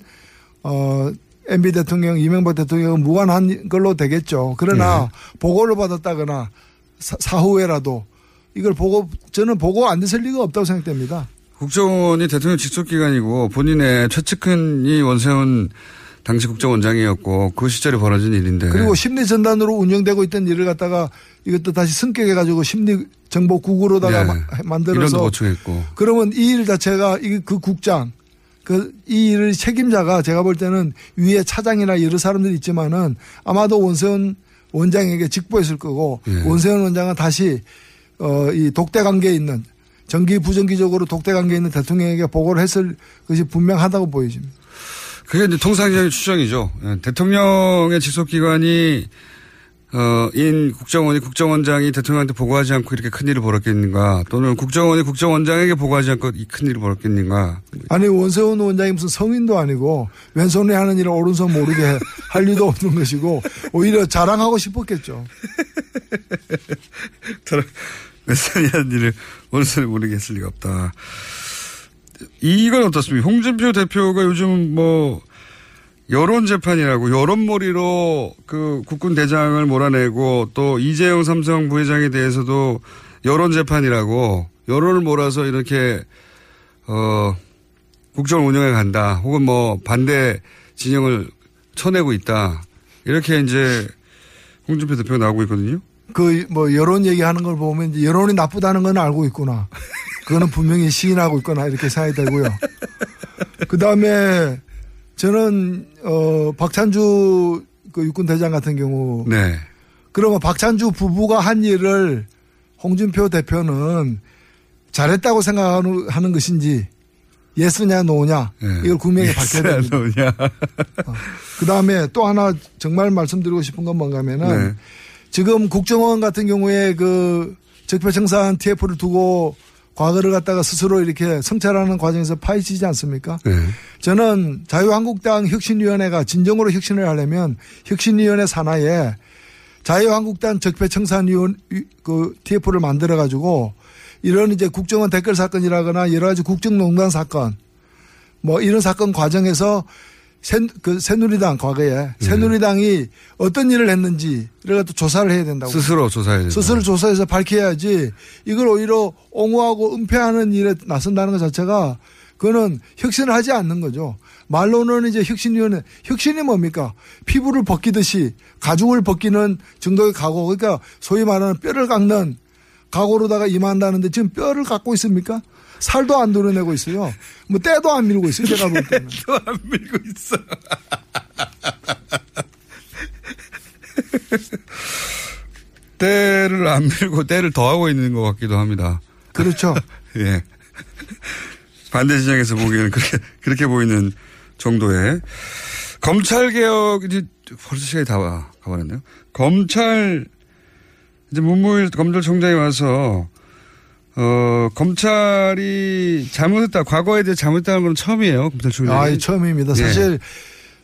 [SPEAKER 10] 어 MB 대통령 이명박 대통령은 무관한 걸로 되겠죠. 그러나
[SPEAKER 9] 예.
[SPEAKER 10] 보고를 받았다거나 사, 사후에라도 이걸 보고 저는 보고 안 됐을 리가 없다고 생각됩니다.
[SPEAKER 9] 국정원이 대통령 직속기관이고 본인의 최측근이 원세훈 당시 국정원장이었고 그 시절에 벌어진 일인데.
[SPEAKER 10] 그리고 심리 전단으로 운영되고 있던 일을 갖다가 이것도 다시 승격해 가지고 심리 정보 국으로다가
[SPEAKER 9] 예.
[SPEAKER 10] 마-
[SPEAKER 9] 이론도
[SPEAKER 10] 만들어서
[SPEAKER 9] 고쳐했고.
[SPEAKER 10] 그러면 이 일 자체가 이 그 국장 그 이 일을 책임자가 제가 볼 때는 위에 차장이나 여러 사람들이 있지만은 아마도 원세훈 원장에게 직보했을 거고
[SPEAKER 9] 예.
[SPEAKER 10] 원세훈 원장은 다시 어 이 독대 관계에 있는 정기 부정기적으로 독대 관계에 있는 대통령에게 보고를 했을 것이 분명하다고 보여집니다.
[SPEAKER 9] 그게 이제 통상적인 추정이죠. 예, 대통령의 직속기관이 어, 인 국정원이 국정원장이 대통령한테 보고하지 않고 이렇게 큰 일을 벌였겠는가 또는 국정원이 국정원장에게 보고하지 않고 이 큰 일을 벌였겠는가
[SPEAKER 10] 아니 원세훈 원장이 무슨 성인도 아니고 왼손에 하는 일을 오른손 모르게 <laughs> 해- 할 리도
[SPEAKER 9] <laughs>
[SPEAKER 10] 없는 것이고 오히려 자랑하고 싶었겠죠.
[SPEAKER 9] 메사니한 일을 원수를 모르겠을 리가 없다. 이건 어떻습니까? 홍준표 대표가 요즘 뭐 여론 재판이라고 여론몰이로 그 국군 대장을 몰아내고 또 이재용 삼성 부회장에 대해서도 여론 재판이라고 여론을 몰아서 이렇게 어 국정을 운영해 간다. 혹은 뭐 반대 진영을 쳐내고 있다. 이렇게 이제 홍준표 대표가 나오고 있거든요.
[SPEAKER 10] 그 뭐 여론 얘기하는 걸 보면 이제 여론이 나쁘다는 건 알고 있구나. 그거는 분명히 시인하고 있거나 이렇게 생각이 되고요. 그 다음에 저는 어 박찬주 그 육군 대장 같은 경우
[SPEAKER 9] 네.
[SPEAKER 10] 그러면 박찬주 부부가 한 일을 홍준표 대표는 잘했다고 생각하는 하는 것인지 예스냐 노냐 이걸 분명히 밝혀야 됩니다. 그 다음에 또 하나 정말 말씀드리고 싶은 건 뭔가면은
[SPEAKER 9] 네.
[SPEAKER 10] 지금 국정원 같은 경우에 그 적폐청산 TF를 두고 과거를 갖다가 스스로 이렇게 성찰하는 과정에서 파헤치지 않습니까?
[SPEAKER 9] 네.
[SPEAKER 10] 저는 자유한국당 혁신위원회가 진정으로 혁신을 하려면 혁신위원회 산하에 자유한국당 적폐청산위원 그 TF를 만들어 가지고 이런 이제 국정원 댓글 사건이라거나 여러 가지 국정농단 사건 뭐 이런 사건 과정에서 새, 그 새누리당 과거에
[SPEAKER 9] 네.
[SPEAKER 10] 새누리당이 어떤 일을 했는지를 갖다 조사를 해야 된다고
[SPEAKER 9] 스스로 조사해야 된다.
[SPEAKER 10] 스스로 조사해서 밝혀야지 이걸 오히려 옹호하고 은폐하는 일에 나선다는 것 자체가 그거는 혁신을 하지 않는 거죠. 말로는 이제 혁신위원회 혁신이 뭡니까 피부를 벗기듯이 가죽을 벗기는 정도의 각오 그러니까 소위 말하는 뼈를 깎는 각오로다가 임한다는데 지금 뼈를 깎고 있습니까? 살도 안 도려내고 있어요. 뭐 때도 안 밀고 있어요. 제가 볼 때는.
[SPEAKER 9] 때도 안 밀고 있어. <laughs> 때를 안 밀고 때를 더하고 있는 것 같기도 합니다.
[SPEAKER 10] 그렇죠.
[SPEAKER 9] 예. 반대 진영에서 보기에는 그렇게, 그렇게 보이는 정도의. 검찰개혁, 이제 벌써 시간이 다 와, 가버렸네요. 검찰, 이제 문무일 검찰총장이 와서, 어, 검찰이 잘못했다, 과거에 대해 잘못했다는 건 처음이에요, 검찰총장이.
[SPEAKER 10] 아, 이 처음입니다.
[SPEAKER 9] 예.
[SPEAKER 10] 사실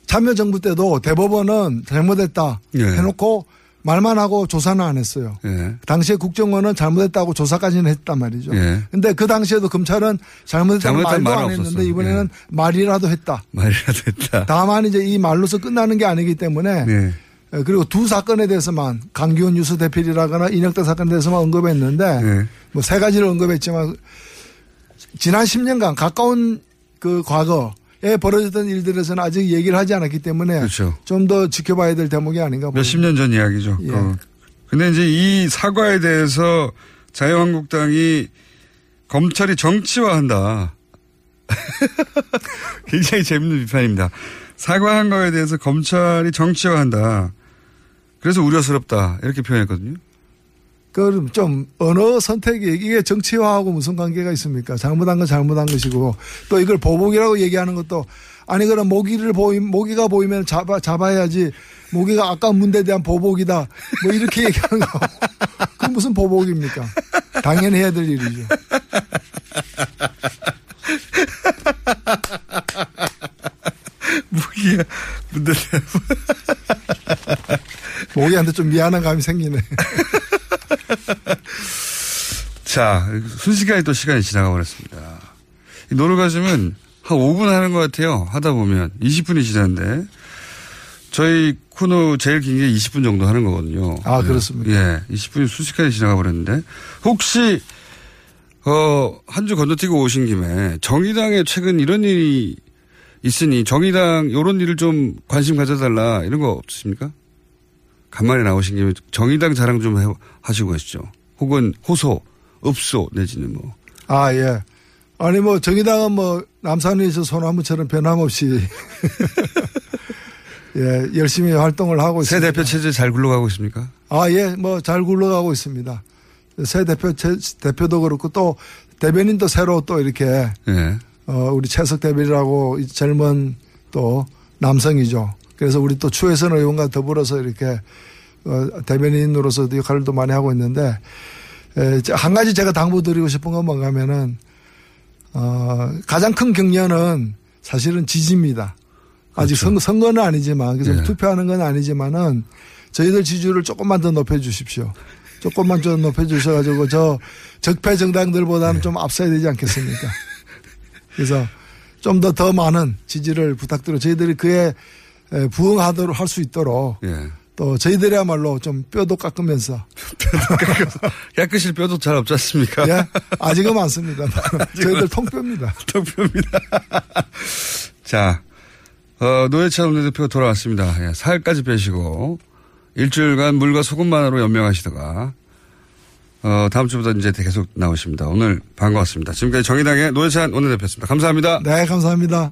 [SPEAKER 10] 참여정부 때도 대법원은 잘못했다
[SPEAKER 9] 예.
[SPEAKER 10] 해놓고 말만 하고 조사는 안 했어요.
[SPEAKER 9] 예.
[SPEAKER 10] 당시에 국정원은 잘못했다고 조사까지는 했단 말이죠.
[SPEAKER 9] 예.
[SPEAKER 10] 근데 그 당시에도 검찰은 잘못했다는
[SPEAKER 9] 잘못했다는
[SPEAKER 10] 말도
[SPEAKER 9] 말은
[SPEAKER 10] 안 했는데
[SPEAKER 9] 없었어요. 네.
[SPEAKER 10] 이번에는 말이라도 했다.
[SPEAKER 9] 말이라도 했다.
[SPEAKER 10] 다만 이제 이 말로서 끝나는 게 아니기 때문에
[SPEAKER 9] 네.
[SPEAKER 10] 예, 그리고 두 사건에 대해서만 강기훈 유수 대필이라거나 인혁대 사건에 대해서만 언급했는데
[SPEAKER 9] 예.
[SPEAKER 10] 뭐 세 가지를 언급했지만 지난 10년간 가까운 그 과거에 벌어졌던 일들에서는 아직 얘기를 하지 않았기 때문에
[SPEAKER 9] 그렇죠.
[SPEAKER 10] 좀 더 지켜봐야 될 대목이 아닌가 봅니다.
[SPEAKER 9] 몇십 년 전 이야기죠.
[SPEAKER 10] 예.
[SPEAKER 9] 어. 근데 이제 이 사과에 대해서 자유한국당이 검찰이 정치화한다. <laughs> 굉장히 재밌는 비판입니다. 사과한 거에 대해서 검찰이 정치화한다. 그래서 우려스럽다. 이렇게 <laughs> 표현했거든요.
[SPEAKER 10] 그럼 좀 언어 선택이 이게 정치화하고 무슨 관계가 있습니까? 잘못한 건 잘못한 것이고 또 이걸 보복이라고 얘기하는 것도 아니 그럼 모기를 보이 모기가 보이면 잡아 잡아야지 모기가 아까 문제에 대한 보복이다 뭐 이렇게 <laughs> 얘기하는 거 그 무슨 보복입니까? 당연히 해야 될 일이죠.
[SPEAKER 9] 모기야, 문제
[SPEAKER 10] 모기한테 좀 미안한 감이 생기네.
[SPEAKER 9] 자, 순식간에 또 시간이 지나가 버렸습니다. 이 노를 가시면 한 5분 하는 것 같아요. 하다 보면. 20분이 지났는데. 저희 코너 제일 긴 게 20분 정도 하는 거거든요.
[SPEAKER 10] <laughs> 아, 그렇습니까?
[SPEAKER 9] 예. 20분이 순식간에 지나가 버렸는데. 혹시, 어, 한 주 건너뛰고 오신 김에 정의당에 최근 이런 일이 있으니 정의당 이런 일을 좀 관심 가져달라 이런 거 없으십니까? 간만에 나오신 김에 정의당 자랑 좀 해- 하시고 가시죠. 혹은 호소, 읍소 내지는 뭐.
[SPEAKER 10] 아 예. 아니 뭐 정의당은 뭐 남산에서 소나무처럼 변함없이 <laughs> 예 열심히 활동을 하고
[SPEAKER 9] 새
[SPEAKER 10] 있습니다.
[SPEAKER 9] 대표 체제 잘 굴러가고 있습니까?
[SPEAKER 10] 아, 예, 뭐, 잘 굴러가고 있습니다. 새 대표, 제- 대표도 그렇고 또 대변인도 새로 또 이렇게,
[SPEAKER 9] 예.
[SPEAKER 10] 어, 우리 채석 대변이라고 이 젊은 또 남성이죠. 그래서 우리 또 추혜선 의원과 더불어서 이렇게, 어, 대변인으로서도 역할을 또 많이 하고 있는데, 에, 저- 한 가지 제가 당부드리고 싶은 건 뭔가 하면은, 어, 가장 큰 격려는 사실은 지지입니다. 아직 선, 선거는 아니지만, 그래서
[SPEAKER 9] 예.
[SPEAKER 10] 투표하는 건 아니지만은 저희들 지지율을 조금만 더 높여 주십시오. 조금만 좀 높여주셔가지고 저 적폐 정당들보다는 좀 앞서야 되지 않겠습니까? 그래서 좀 더 더 많은 지지를 부탁드려 저희들이 그에 에, 부응하도록 할 수 있도록
[SPEAKER 9] 예.
[SPEAKER 10] 또 저희들이야말로 좀 뼈도 깎으면서
[SPEAKER 9] 그 깎으실 뼈도 잘 없지 않습니까?
[SPEAKER 10] <laughs> 예? 아직은 많습니다. 저희들 통뼈입니다.
[SPEAKER 9] 통뼈입니다. <laughs> 자, 어, 노회찬 원내대표 돌아왔습니다. 예, 살까지 빼시고 일주일간 물과 소금만으로 연명하시다가 어, 다음 주부터 이제 계속 나오십니다. 오늘 반가웠습니다. 지금까지 정의당의 노회찬 원내대표였습니다. 감사합니다.
[SPEAKER 10] 네, 감사합니다.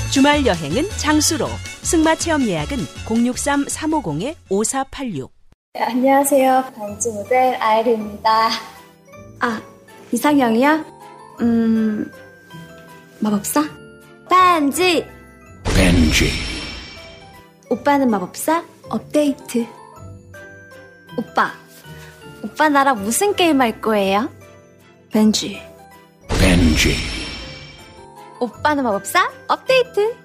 [SPEAKER 11] 주말 여행은 장수로. 승마 체험 예약은 063-350-5486.
[SPEAKER 2] 안녕하세요. 반지 모델 아이리입니다. 아, 이상형이요? 음, 마법사? 반지!
[SPEAKER 12] 벤지
[SPEAKER 2] 오빠는 마법사? 업데이트. 오빠, 오빠 나랑 무슨 게임 할 거예요? 벤지.
[SPEAKER 12] 벤지
[SPEAKER 2] 오빠는 마법사? 업데이트.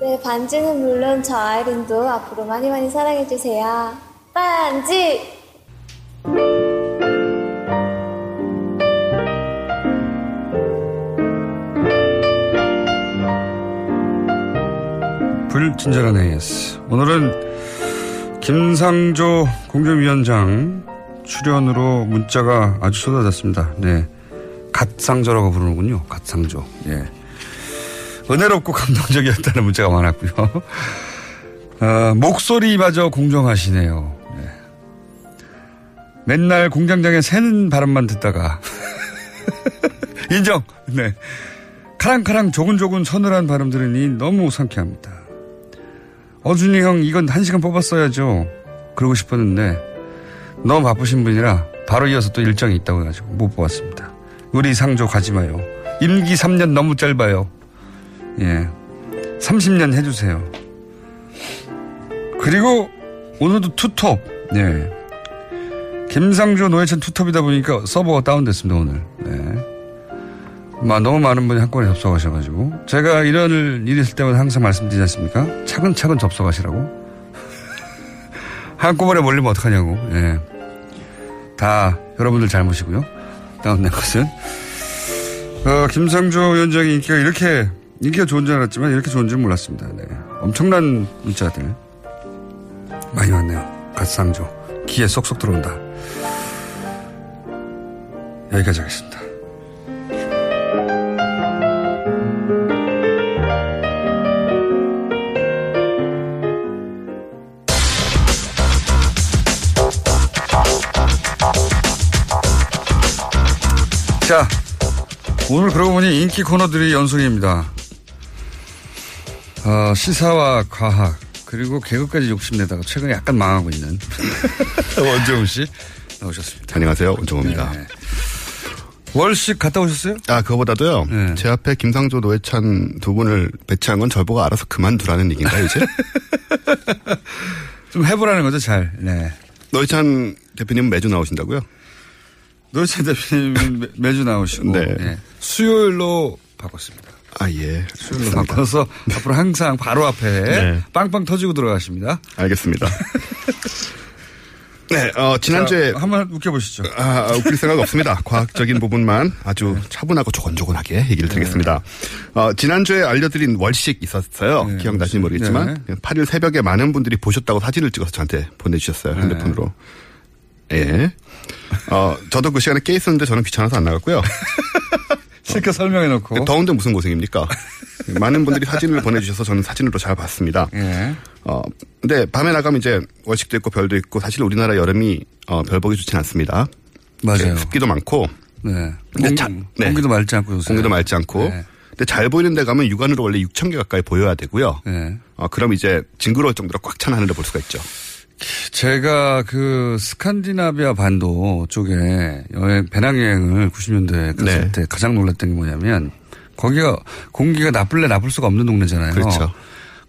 [SPEAKER 2] 네, 반지는 물론 저 아이린도 앞으로 많이 많이 사랑해주세요. 반지!
[SPEAKER 9] 불친절한 AS. 오늘은 김상조 공정위원장 출연으로 문자가 아주 쏟아졌습니다. 네. 갓상조라고 부르는군요. 갓상조. 예. 은혜롭고 감동적이었다는 문자가 많았고요. 어, 목소리마저 공정하시네요. 네. 맨날 공장장의 새는 바람만 듣다가 <laughs> 인정. 네. 카랑카랑 조근조근 서늘한 발음 들으니 너무 상쾌합니다. 어준이 형 이건 한 시간 뽑았어야죠. 그러고 싶었는데 너무 바쁘신 분이라 바로 이어서 또 일정이 있다고 해가지고 못 뽑았습니다. 우리 상조 가지 마요. 임기 3년 너무 짧아요. 예. 30년 해주세요. 그리고 오늘도 투톱. 예. 김상조 노회찬 투톱이다 보니까 서버가 다운됐습니다, 오늘. 예. 마, 너무 많은 분이 한꺼번에 접속하셔가지고. 제가 이런 일 있을 때마다 항상 말씀드리지 않습니까? 차근차근 접속하시라고. <laughs> 한꺼번에 몰리면 어떡하냐고. 예. 다 여러분들 잘못이고요. 다운된 것은. 어, 김상조 위원장의 인기가 이렇게 인기가 좋은 줄 알았지만 이렇게 좋은 줄 몰랐습니다. 네. 엄청난 문자들 많이 왔네요. 갓상조 귀에 쏙쏙 들어온다. 여기까지 하겠습니다. 자, 오늘 그러고 보니 인기 코너들이 연속입니다. 어, 시사와 과학 그리고 개그까지 욕심내다가 최근에 약간 망하고
[SPEAKER 7] <laughs>
[SPEAKER 9] 있는 원종우 씨 나오셨습니다.
[SPEAKER 7] 안녕하세요, 원종우입니다.
[SPEAKER 9] 네. 월식 갔다 오셨어요? 네.
[SPEAKER 7] 아 그거보다도요. 제 앞에 김상조, 노회찬 두 분을 배치한 건 저보고 알아서 그만두라는 얘기인가요, 이제?
[SPEAKER 9] 좀 해보라는 거죠, 잘. 네.
[SPEAKER 7] 노회찬 대표님은 매주 나오신다고요?
[SPEAKER 9] 노회찬 대표님 매- 매주 나오시고
[SPEAKER 7] 네.
[SPEAKER 9] 예. 수요일로 바꿨습니다.
[SPEAKER 7] 아 예.
[SPEAKER 9] 수요일로 바꿔서 앞으로 항상 바로 앞에
[SPEAKER 7] 네.
[SPEAKER 9] 빵빵 터지고 들어가십니다. <laughs>
[SPEAKER 7] 알겠습니다. 네, 어, 지난주에.
[SPEAKER 9] 한번 웃겨보시죠.
[SPEAKER 7] 아, 아, 웃길 생각 없습니다. 과학적인 부분만 아주 차분하고 조곤조곤하게 얘기를
[SPEAKER 9] 네.
[SPEAKER 7] 드리겠습니다. 어, 지난주에 알려드린 월식 있었어요.
[SPEAKER 9] 네,
[SPEAKER 7] 기억나시는지 모르겠지만. 8일 새벽에 많은 분들이 보셨다고 사진을 찍어서 저한테
[SPEAKER 9] 네.
[SPEAKER 7] 보내주셨어요. 핸드폰으로. 예. 어, 저도 그 시간에 깨 있었는데 저는 귀찮아서 안 나갔고요.
[SPEAKER 9] <laughs> 실컷 설명해 놓고.
[SPEAKER 13] 더운데 무슨 고생입니까? 많은 분들이 사진을 보내주셔서 저는 사진으로 잘 봤습니다.
[SPEAKER 9] 예.
[SPEAKER 13] 어, 근데 밤에 나가면 이제 월식도 있고 별도 있고 사실 우리나라 여름이 어, 별 보기 좋진 않습니다.
[SPEAKER 9] 맞아요.
[SPEAKER 13] 습기도 많고.
[SPEAKER 9] 네.
[SPEAKER 13] 근데 자- 네.
[SPEAKER 9] 공기도 맑지 않고 요새. 네.
[SPEAKER 13] 공기도 맑지 않고. 근데 잘 보이는 데 가면 육안으로 원래 6천 개 가까이 보여야 되고요.
[SPEAKER 9] 네.
[SPEAKER 13] 어, 그럼 이제 징그러울 정도로 꽉 찬 하늘을 볼 수가 있죠.
[SPEAKER 9] 제가 그 스칸디나비아 반도 쪽에 여행 배낭여행을 90년대에 갔을
[SPEAKER 13] 네.
[SPEAKER 9] 때 가장 놀랐던 게 뭐냐면 거기가 공기가 나쁠래 나쁠 수가 없는 동네잖아요.
[SPEAKER 13] 그렇죠.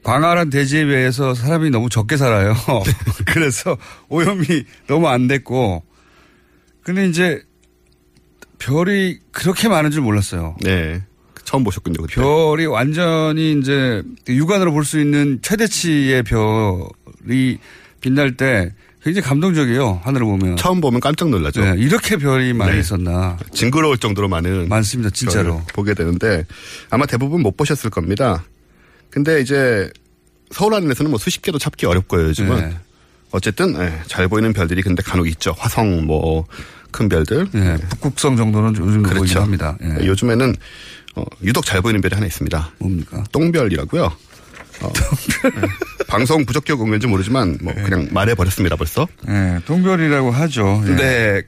[SPEAKER 9] 광활한 대지에 비해서 사람이 너무 적게 살아요.
[SPEAKER 13] 네.
[SPEAKER 9] <laughs> 그래서 오염이 너무 안 됐고 근데 이제 별이 그렇게 많은 줄 몰랐어요.
[SPEAKER 13] 네. 처음 보셨군요. 그때.
[SPEAKER 9] 별이 완전히 이제 육안으로 볼 수 있는 최대치의 별이 빛날 때 굉장히 감동적이에요. 하늘을 보면.
[SPEAKER 13] 처음 보면 깜짝 놀라죠.
[SPEAKER 9] 네, 이렇게 별이 많이
[SPEAKER 13] 네.
[SPEAKER 9] 있었나.
[SPEAKER 13] 징그러울 정도로 많은
[SPEAKER 9] 많습니다, 진짜로.
[SPEAKER 13] 별을 보게 되는데 아마 대부분 못 보셨을 겁니다. 근데 이제 서울 안에서는 뭐 수십 개도 찾기 어렵고요, 요즘은.
[SPEAKER 9] 네.
[SPEAKER 13] 어쨌든 예, 잘 보이는 별들이 근데 간혹 있죠. 화성 뭐 큰 별들.
[SPEAKER 9] 네, 북극성 정도는 요즘 보이기도 합니다. 예.
[SPEAKER 13] 그렇죠. 네, 요즘에는 어, 유독 잘 보이는 별이 하나 있습니다.
[SPEAKER 9] 뭡니까?
[SPEAKER 13] 똥별이라고요.
[SPEAKER 9] <laughs>
[SPEAKER 13] 어, 예, 방송 부적격 공연인지 모르지만 뭐 그냥 말해버렸습니다 벌써.
[SPEAKER 9] 예, 동별이라고 네. 하죠. 예.
[SPEAKER 13] 네,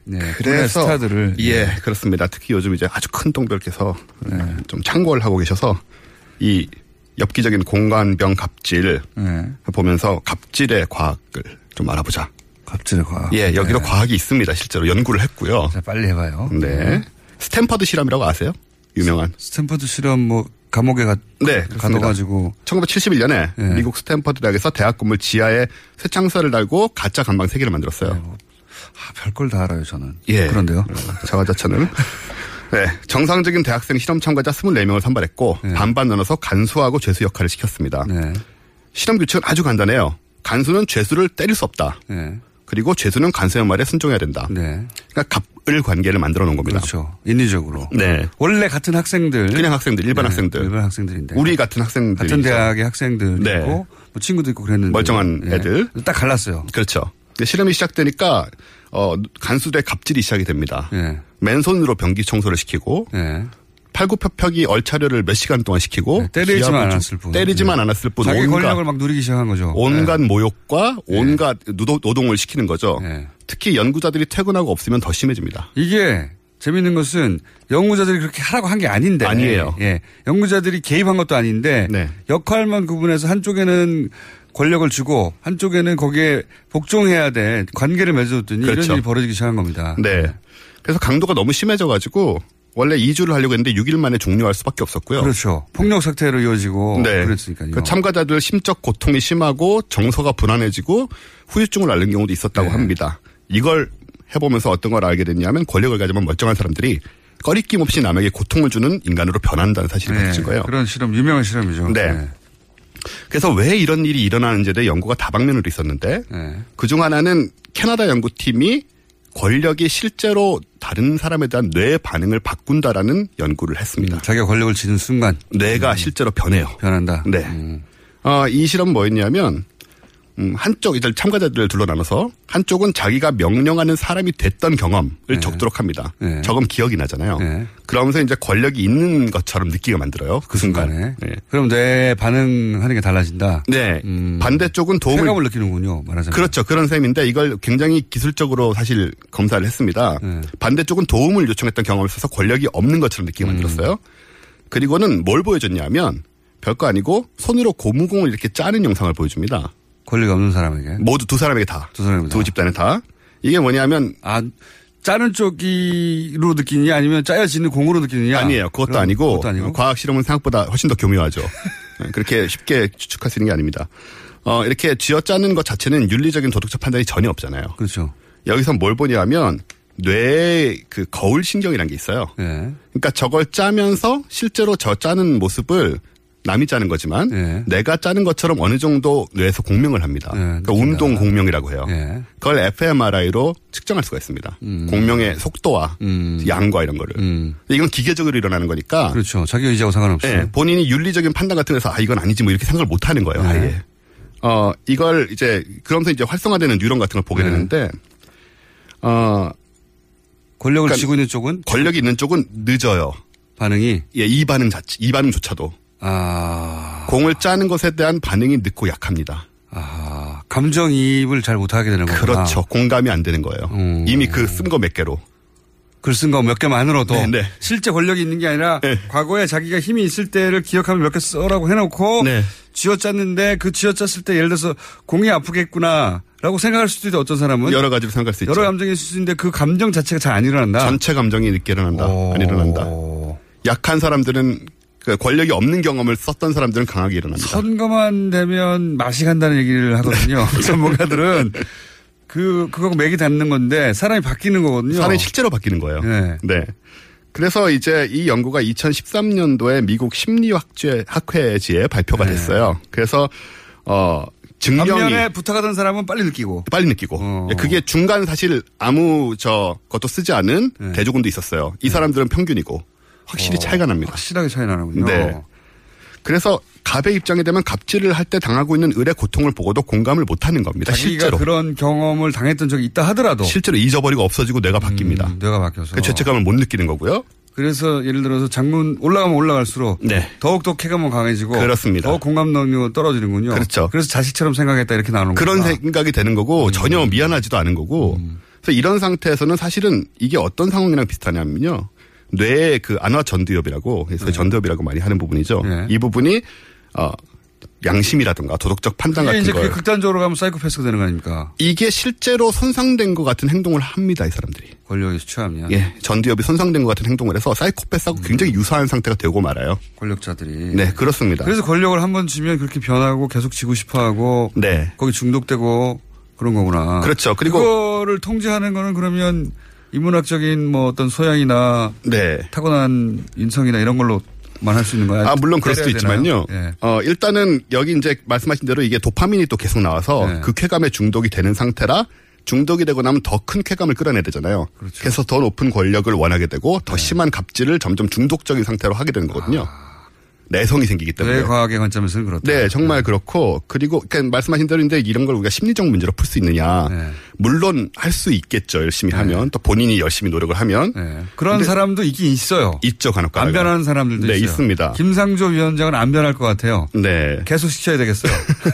[SPEAKER 9] 예, 국내
[SPEAKER 13] 그래서
[SPEAKER 9] 스타들을
[SPEAKER 13] 예, 그렇습니다. 특히 요즘 이제 아주 큰 동별께서 좀 창궐 하고 계셔서 이 엽기적인 공간병 갑질
[SPEAKER 9] 예.
[SPEAKER 13] 보면서 갑질의 과학을 좀 알아보자.
[SPEAKER 9] 갑질의 과학.
[SPEAKER 13] 예, 여기로 과학이 있습니다. 실제로 연구를 했고요.
[SPEAKER 9] 자, 빨리 해봐요.
[SPEAKER 13] 네, 스탠퍼드 실험이라고 아세요? 유명한.
[SPEAKER 9] 스탠퍼드 실험 뭐 감옥에 가,
[SPEAKER 13] 네,
[SPEAKER 9] 가둬가지고 네.
[SPEAKER 13] 1971년에 미국 스탠퍼드 대학에서 대학 건물 지하에 쇠창살을 달고 가짜 감방 세개를 만들었어요.
[SPEAKER 9] 별걸 다 알아요 저는.
[SPEAKER 13] 예.
[SPEAKER 9] 그런데요. <laughs>
[SPEAKER 13] 자화자찬을. 네, 정상적인 대학생 실험 참가자 24명을 선발했고
[SPEAKER 9] 네.
[SPEAKER 13] 반반 나눠서 간수하고 죄수 역할을 시켰습니다. 실험 규칙은 아주 간단해요. 간수는 죄수를 때릴 수 없다.
[SPEAKER 9] 예.
[SPEAKER 13] 그리고 죄수는 간수의 말에 순종해야 된다. 그러니까 갑을 관계를 만들어 놓은 겁니다.
[SPEAKER 9] 네. 그렇죠. 인위적으로.
[SPEAKER 13] 네.
[SPEAKER 9] 원래 같은 학생들.
[SPEAKER 13] 그냥 학생들, 일반
[SPEAKER 9] 네,
[SPEAKER 13] 학생들.
[SPEAKER 9] 일반 학생들인데.
[SPEAKER 13] 우리 같은 학생들.
[SPEAKER 9] 같은 대학의 학생들
[SPEAKER 13] 네.
[SPEAKER 9] 있고 뭐 친구도 있고 그랬는데
[SPEAKER 13] 멀쩡한
[SPEAKER 9] 예.
[SPEAKER 13] 애들.
[SPEAKER 9] 딱 갈랐어요.
[SPEAKER 13] 그렇죠. 근데 실험이 시작되니까 어, 간수대 갑질이 시작이 됩니다.
[SPEAKER 9] 예.
[SPEAKER 13] 맨손으로 변기 청소를 시키고
[SPEAKER 9] 예. 네,
[SPEAKER 13] 팔굽혀펴기 얼차려를 몇 시간 동안 시키고
[SPEAKER 9] 때리지만
[SPEAKER 13] 기압을 좀-
[SPEAKER 9] 않았을 뿐. 예.
[SPEAKER 13] 때리지만 않았을 뿐
[SPEAKER 9] 자기 권력을
[SPEAKER 13] 온갖
[SPEAKER 9] 막 누리기 시작한 거죠.
[SPEAKER 13] 온갖 모욕과 온갖 노동, 노동을 시키는 거죠. 특히 연구자들이 퇴근하고 없으면 더 심해집니다.
[SPEAKER 9] 예. 이게 재밌는 것은 연구자들이 그렇게 하라고 한 게 아닌데.
[SPEAKER 13] 아니에요. 네.
[SPEAKER 9] 예. 연구자들이 개입한 것도 아닌데 역할만 구분해서 한쪽에는 권력을 주고 한쪽에는 거기에 복종해야 돼 관계를 맺어줬더니
[SPEAKER 13] 그렇죠.
[SPEAKER 9] 이런 일이 벌어지기 시작한 겁니다.
[SPEAKER 13] 네. 그래서 강도가 너무 심해져 가지고 원래 2주를 하려고 했는데 6일 만에 종료할 수밖에 없었고요.
[SPEAKER 9] 그렇죠. 폭력 사태로 이어지고
[SPEAKER 13] 네.
[SPEAKER 9] 그랬으니까요.
[SPEAKER 13] 그 참가자들 심적 고통이 심하고 정서가 불안해지고 후유증을 앓는 경우도
[SPEAKER 9] 네.
[SPEAKER 13] 있었다고 합니다. 어? 아, 이걸 해보면서 어떤 걸 알게 됐냐면 권력을 가지면 멀쩡한 사람들이 꺼리낌 없이 남에게 고통을 주는 인간으로 변한다는 사실이
[SPEAKER 9] 네.
[SPEAKER 13] 밝혀진 거예요.
[SPEAKER 9] 그런 실험 유명한 실험이죠.
[SPEAKER 13] 네. 그래서 왜 이런 일이 일어나는지에 대해 연구가 다방면으로 있었는데
[SPEAKER 9] 네.
[SPEAKER 13] 그중 하나는 캐나다 연구팀이 권력이 실제로 다른 사람에 대한 뇌의 반응을 바꾼다라는 연구를 했습니다.
[SPEAKER 9] 자기가 권력을 지는 순간 음.
[SPEAKER 13] 뇌가 실제로 변해요.
[SPEAKER 9] 변한다. 음.
[SPEAKER 13] 네. 어, 이 실험 뭐였냐면 음, 한쪽 이제 참가자들을 둘러 나눠서 한쪽은 자기가 명령하는 사람이 됐던 경험을 적도록 합니다.
[SPEAKER 9] 네.
[SPEAKER 13] 적으면 기억이 나잖아요. 그러면서 이제 권력이 있는 것처럼 느끼게 만들어요. 그 순간.
[SPEAKER 9] 네. 그럼 뇌 반응하는 게 달라진다.
[SPEAKER 13] 네. 반대쪽은 도움을
[SPEAKER 9] 쾌감을 느끼는군요. 말하자면.
[SPEAKER 13] 그렇죠. 그런 셈인데 이걸 굉장히 기술적으로 사실 검사를 했습니다. 반대쪽은 도움을 요청했던 경험을 써서 권력이 없는 것처럼 느끼게 만들었어요. 그리고는 뭘 보여줬냐면 별거 아니고 손으로 고무공을 이렇게 짜는 영상을 보여줍니다.
[SPEAKER 9] 권력이 없는 사람에게.
[SPEAKER 13] 모두 두 사람에게 다.
[SPEAKER 9] 두 사람에게
[SPEAKER 13] 두 집단에 다. 아, 이게 뭐냐면
[SPEAKER 9] 아 짜는 쪽이로 느끼느냐 아니면 짜여지는 공으로 느끼느냐
[SPEAKER 13] 아니에요. 그것도
[SPEAKER 9] 그럼
[SPEAKER 13] 아니고,
[SPEAKER 9] 그것도 아니고?
[SPEAKER 13] 과학 실험은 생각보다 훨씬 더 교묘하죠. 네, 그렇게 쉽게 추측할 수 있는 게 아닙니다. 어, 이렇게 쥐어짜는 것 자체는 윤리적인 도덕적 판단이 전혀 없잖아요.
[SPEAKER 9] 그렇죠.
[SPEAKER 13] 여기서 뭘 보냐면 뇌의 그 거울 신경이라는 게 있어요.
[SPEAKER 9] 예.
[SPEAKER 13] 그러니까 저걸 짜면서 실제로 저 짜는 모습을 남이 짜는 거지만
[SPEAKER 9] 예.
[SPEAKER 13] 내가 짜는 것처럼 어느 정도 뇌에서 공명을
[SPEAKER 9] 아,
[SPEAKER 13] 합니다. 그러니까 운동 공명이라고 해요.
[SPEAKER 9] 예.
[SPEAKER 13] 그걸 fMRI로 측정할 수가 있습니다. 공명의 속도와 양과 이런 거를. 근데 이건 기계적으로 일어나는 거니까
[SPEAKER 9] 그렇죠. 자기 의지하고 상관없이.
[SPEAKER 13] 아. 예, 본인이 윤리적인 판단 같은 데서 아 이건 아니지 뭐 이렇게 생각을 못 하는 거예요. 아예. 어 이걸 이제 그러면서 이제 활성화되는 뉴런 같은 걸 보게 되는데 어
[SPEAKER 9] 권력을 쥐고 있는 쪽은
[SPEAKER 13] 그러니까 권력이 있는 쪽은 늦어요.
[SPEAKER 9] 반응이
[SPEAKER 13] 예, 이 반응 자체, 이 반응조차도
[SPEAKER 9] 아,
[SPEAKER 13] 공을 짜는 것에 대한 반응이 늦고 약합니다.
[SPEAKER 9] 감정이입을 잘 못하게 되는 거구나.
[SPEAKER 13] 그렇죠. 공감이 안 되는 거예요. 이미 그 쓴 거 몇 개로.
[SPEAKER 9] 글 쓴 거 몇 개만으로도
[SPEAKER 13] 네, 네.
[SPEAKER 9] 실제 권력이 있는 게 아니라 과거에 자기가 힘이 있을 때를 기억하면 몇 개 써라고 해놓고
[SPEAKER 13] 네.
[SPEAKER 9] 쥐어짰는데 그 쥐어짰을 때 예를 들어서 공이 아프겠구나라고 생각할 수도 있다. 어떤 사람은
[SPEAKER 13] 여러 가지로 생각할 수 있죠.
[SPEAKER 9] 여러 감정이 있을 수 있는데 그 감정 자체가 잘 안 일어난다.
[SPEAKER 13] 전체 감정이 늦게 일어난다. 안 일어난다. 약한 사람들은 그 권력이 없는 경험을 썼던 사람들은 강하게 일어납니다.
[SPEAKER 9] 선거만 되면 맛이 간다는
[SPEAKER 13] <laughs>
[SPEAKER 9] 얘기를 하거든요.
[SPEAKER 13] 네.
[SPEAKER 9] 전문가들은 그 그거 맥이 닿는 건데 사람이 바뀌는 거거든요.
[SPEAKER 13] 사람이 실제로 바뀌는 거예요.
[SPEAKER 9] 어. 네.
[SPEAKER 13] 그래서 이제 이 연구가 2013년도에 미국 심리학회 학회지에 발표가 됐어요. 그래서 어 증명이
[SPEAKER 9] 네. 반면에 부탁하던 사람은 빨리 느끼고 어.
[SPEAKER 13] 빨리 느끼고 예, 그게 중간 사실 아무 저 것도 쓰지 않은
[SPEAKER 9] 네.
[SPEAKER 13] 대조군도 있었어요. 이 사람들은 평균이고 확실히
[SPEAKER 9] 어,
[SPEAKER 13] 차이가 납니다.
[SPEAKER 9] 확실하게 차이 나는군요.
[SPEAKER 13] 네. 그래서 갑의 입장이 되면 갑질을 할 때 당하고 있는 을의 고통을 보고도 공감을 못하는 겁니다.
[SPEAKER 9] 자기가
[SPEAKER 13] 네. 실제로
[SPEAKER 9] 그런 경험을 당했던 적이 있다 하더라도
[SPEAKER 13] 실제로 잊어버리고 없어지고 뇌가
[SPEAKER 9] 음.
[SPEAKER 13] 바뀝니다.
[SPEAKER 9] 뇌가 바뀌어서
[SPEAKER 13] 그 죄책감을 못 느끼는 거고요.
[SPEAKER 9] 그래서 예를 들어서 장문 올라가면 올라갈수록 더욱더 쾌감은 강해지고
[SPEAKER 13] 네. 그렇습니다.
[SPEAKER 9] 더 공감 능력은 떨어지는군요.
[SPEAKER 13] 그렇죠.
[SPEAKER 9] 그래서 자식처럼 생각했다 이렇게 나오는
[SPEAKER 13] 그런 생각이 되는 거고 전혀 미안하지도 않은 거고 그래서 이런 상태에서는 사실은 이게 어떤 상황이랑 비슷하냐면요 뇌의 그 안화 전두엽이라고 그래서 전두엽이라고 많이 하는
[SPEAKER 9] 네.
[SPEAKER 13] 부분이죠 이 부분이 어, 양심이라든가 도덕적 판단
[SPEAKER 9] 그게
[SPEAKER 13] 같은
[SPEAKER 9] 이제
[SPEAKER 13] 걸
[SPEAKER 9] 그게 극단적으로 가면 사이코패스가 되는 거 아닙니까?
[SPEAKER 13] 이게 실제로 손상된 것 같은 행동을 합니다 이 사람들이
[SPEAKER 9] 권력에서 취하면 음.
[SPEAKER 13] 예 전두엽이 손상된 것 같은 행동을 해서 사이코패스하고 굉장히 유사한 상태가 되고 말아요
[SPEAKER 9] 권력자들이
[SPEAKER 13] 네 그렇습니다
[SPEAKER 9] 그래서 권력을 한 번 쥐면 그렇게 변하고 계속 지고 싶어하고
[SPEAKER 13] 네.
[SPEAKER 9] 거기 중독되고 그런 거구나.
[SPEAKER 13] 그렇죠. 그리고-
[SPEAKER 9] 아, 그거를 통제하는 거는 그러면 인문학적인 뭐 어떤 소양이나 타고난 인성이나 이런 걸로만 할 수 있는 거야.
[SPEAKER 13] 네. 아, 물론 그럴 수도
[SPEAKER 9] 때려야 되나요?
[SPEAKER 13] 있지만요.
[SPEAKER 9] 예.
[SPEAKER 13] 어, 일단은 여기 이제 말씀하신 대로 이게 도파민이 또 계속
[SPEAKER 9] 예.
[SPEAKER 13] 나와서 그 쾌감에 중독이 되는 상태라 중독이 되고 나면 더 큰 쾌감을 끌어내야 되잖아요. 그래서더 높은 권력을 원하게 되고 더 심한 갑질을 점점 중독적인 상태로 하게 되는 거거든요. 내성이 생기기 때문에.
[SPEAKER 9] 뇌 과학의 관점에서는 그렇다.
[SPEAKER 13] 네, 정말 그렇고 그리고 그러니까 말씀하신 대로 인데 이런 걸 우리가 심리적 문제로 풀 수 있느냐? 물론 할 수 있겠죠. 열심히 하면 또 본인이 열심히 노력을 하면
[SPEAKER 9] 네, 그런
[SPEAKER 13] 근데
[SPEAKER 9] 사람도 있긴 있어요.
[SPEAKER 13] 있죠, 간혹
[SPEAKER 9] 안 변하는 사람들도
[SPEAKER 13] 네,
[SPEAKER 9] 있어요.
[SPEAKER 13] 있습니다.
[SPEAKER 9] 김상조 위원장은 안 변할 것 같아요.
[SPEAKER 13] 네.
[SPEAKER 9] 계속 시켜야
[SPEAKER 13] <laughs>
[SPEAKER 9] 되겠어요. <laughs> 네.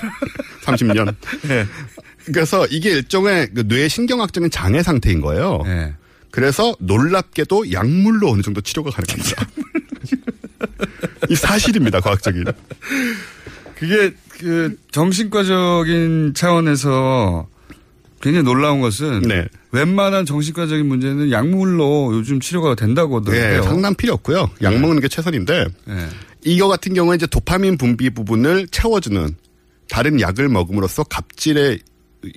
[SPEAKER 13] 30년. 그래서 이게 일종의 그 뇌 신경학적인 장애 상태인 거예요.
[SPEAKER 9] 네.
[SPEAKER 13] 그래서 놀랍게도 약물로 어느 정도 치료가 가능합니다. <laughs> 이 사실입니다, 과학적인.
[SPEAKER 9] 그게 그 정신과적인 차원에서 굉장히 놀라운 것은
[SPEAKER 13] 네.
[SPEAKER 9] 웬만한 정신과적인 문제는 약물로 요즘 치료가 된다고
[SPEAKER 13] 네,
[SPEAKER 9] 하더라고요. 네.
[SPEAKER 13] 상담 필요 없고요. 약 먹는 게 최선인데 이거 같은 경우에 이제 도파민 분비 부분을 채워주는 다른 약을 먹음으로써 갑질의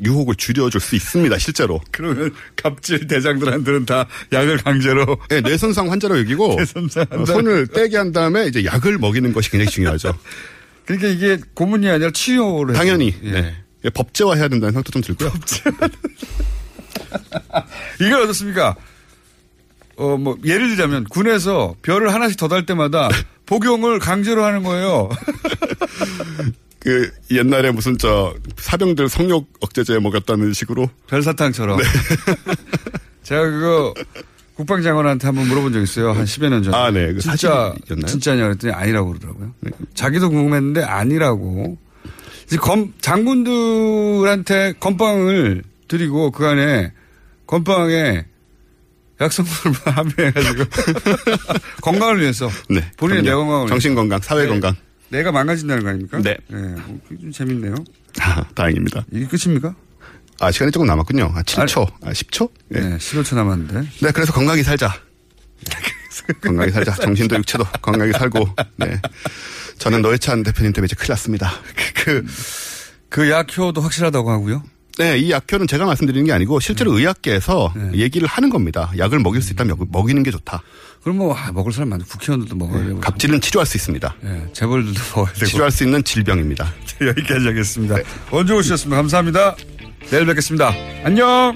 [SPEAKER 13] 유혹을 줄여줄 수 있습니다, 실제로.
[SPEAKER 9] <laughs> 그러면 갑질 대장들한테는 다 약을 강제로
[SPEAKER 13] 네, 뇌손상 환자로 여기고
[SPEAKER 9] <laughs> 뇌손상 환자.
[SPEAKER 13] 손을 떼게 한 다음에 이제 약을 먹이는 것이 굉장히 중요하죠.
[SPEAKER 9] 그러니까 이게 고문이 아니라 치료를
[SPEAKER 13] 당연히 네. 예, 법제화해야 된다는 생각도 좀 들고요.
[SPEAKER 9] <laughs> 이걸 어떻습니까? 어 뭐 예를 들자면 군에서 별을 하나씩 더 달 때마다
[SPEAKER 13] 네.
[SPEAKER 9] 복용을 강제로 하는 거예요.
[SPEAKER 13] 그 옛날에 무슨 저 사병들 성욕 억제제 먹였다는 식으로 네.
[SPEAKER 9] 별사탕처럼. <laughs> 제가 그거 국방장관한테 한번 물어본 적 있어요. 한 10여 년 전에.
[SPEAKER 13] 아, 네. 그
[SPEAKER 9] 진짜,
[SPEAKER 13] 사진이었나요? 네.
[SPEAKER 9] 진짜냐 그랬더니 아니라고 그러더라고요. 자기도 궁금했는데 아니라고. 이제 검, 장군들한테 건빵을 드리고 그 안에 건빵에 약성분을 <laughs> 함유해가지고 <laughs> 건강을 위해서.
[SPEAKER 13] 네,
[SPEAKER 9] 본인의 내
[SPEAKER 13] 그럼요.
[SPEAKER 9] 건강을.
[SPEAKER 13] 정신
[SPEAKER 9] 위해서.
[SPEAKER 13] 건강, 사회
[SPEAKER 9] 네.
[SPEAKER 13] 건강.
[SPEAKER 9] 내가 망가진다는 거 아닙니까?
[SPEAKER 13] 네.
[SPEAKER 9] 어, 그게 좀 재밌네요.
[SPEAKER 13] 아, 다행입니다.
[SPEAKER 9] 이게 끝입니까?
[SPEAKER 13] 아, 시간이 조금 남았군요. 아, 7초. 아, 10초? 네.
[SPEAKER 9] 15초 남았는데.
[SPEAKER 13] 네, 그래서 건강히 살자. 건강히 살자. 정신도 육체도 건강히 살고. 네. 저는 노회찬 대표님 때문에 이제 큰일 났습니다. 그,
[SPEAKER 9] 그 약효도 확실하다고 하고요. 네.
[SPEAKER 13] 네, 이 약효는 제가 말씀드리는 게 아니고 실제로 의학계에서 얘기를 하는 겁니다. 약을 먹일 수 있다면 약- 먹이는 게 좋다. 네,
[SPEAKER 9] 그럼 뭐 아, 먹을 사람 많은 국회의원들도 먹어야 되고.
[SPEAKER 13] 갑질은 치료할 수 있습니다.
[SPEAKER 9] 네, 재벌들도 <laughs> 먹어야 되고.
[SPEAKER 13] 치료할 수 있는 질병입니다.
[SPEAKER 9] <laughs>
[SPEAKER 13] 네.
[SPEAKER 9] 여기까지 하겠습니다. 원주호 씨였습니다. 감사합니다. 내일 뵙겠습니다. 안녕!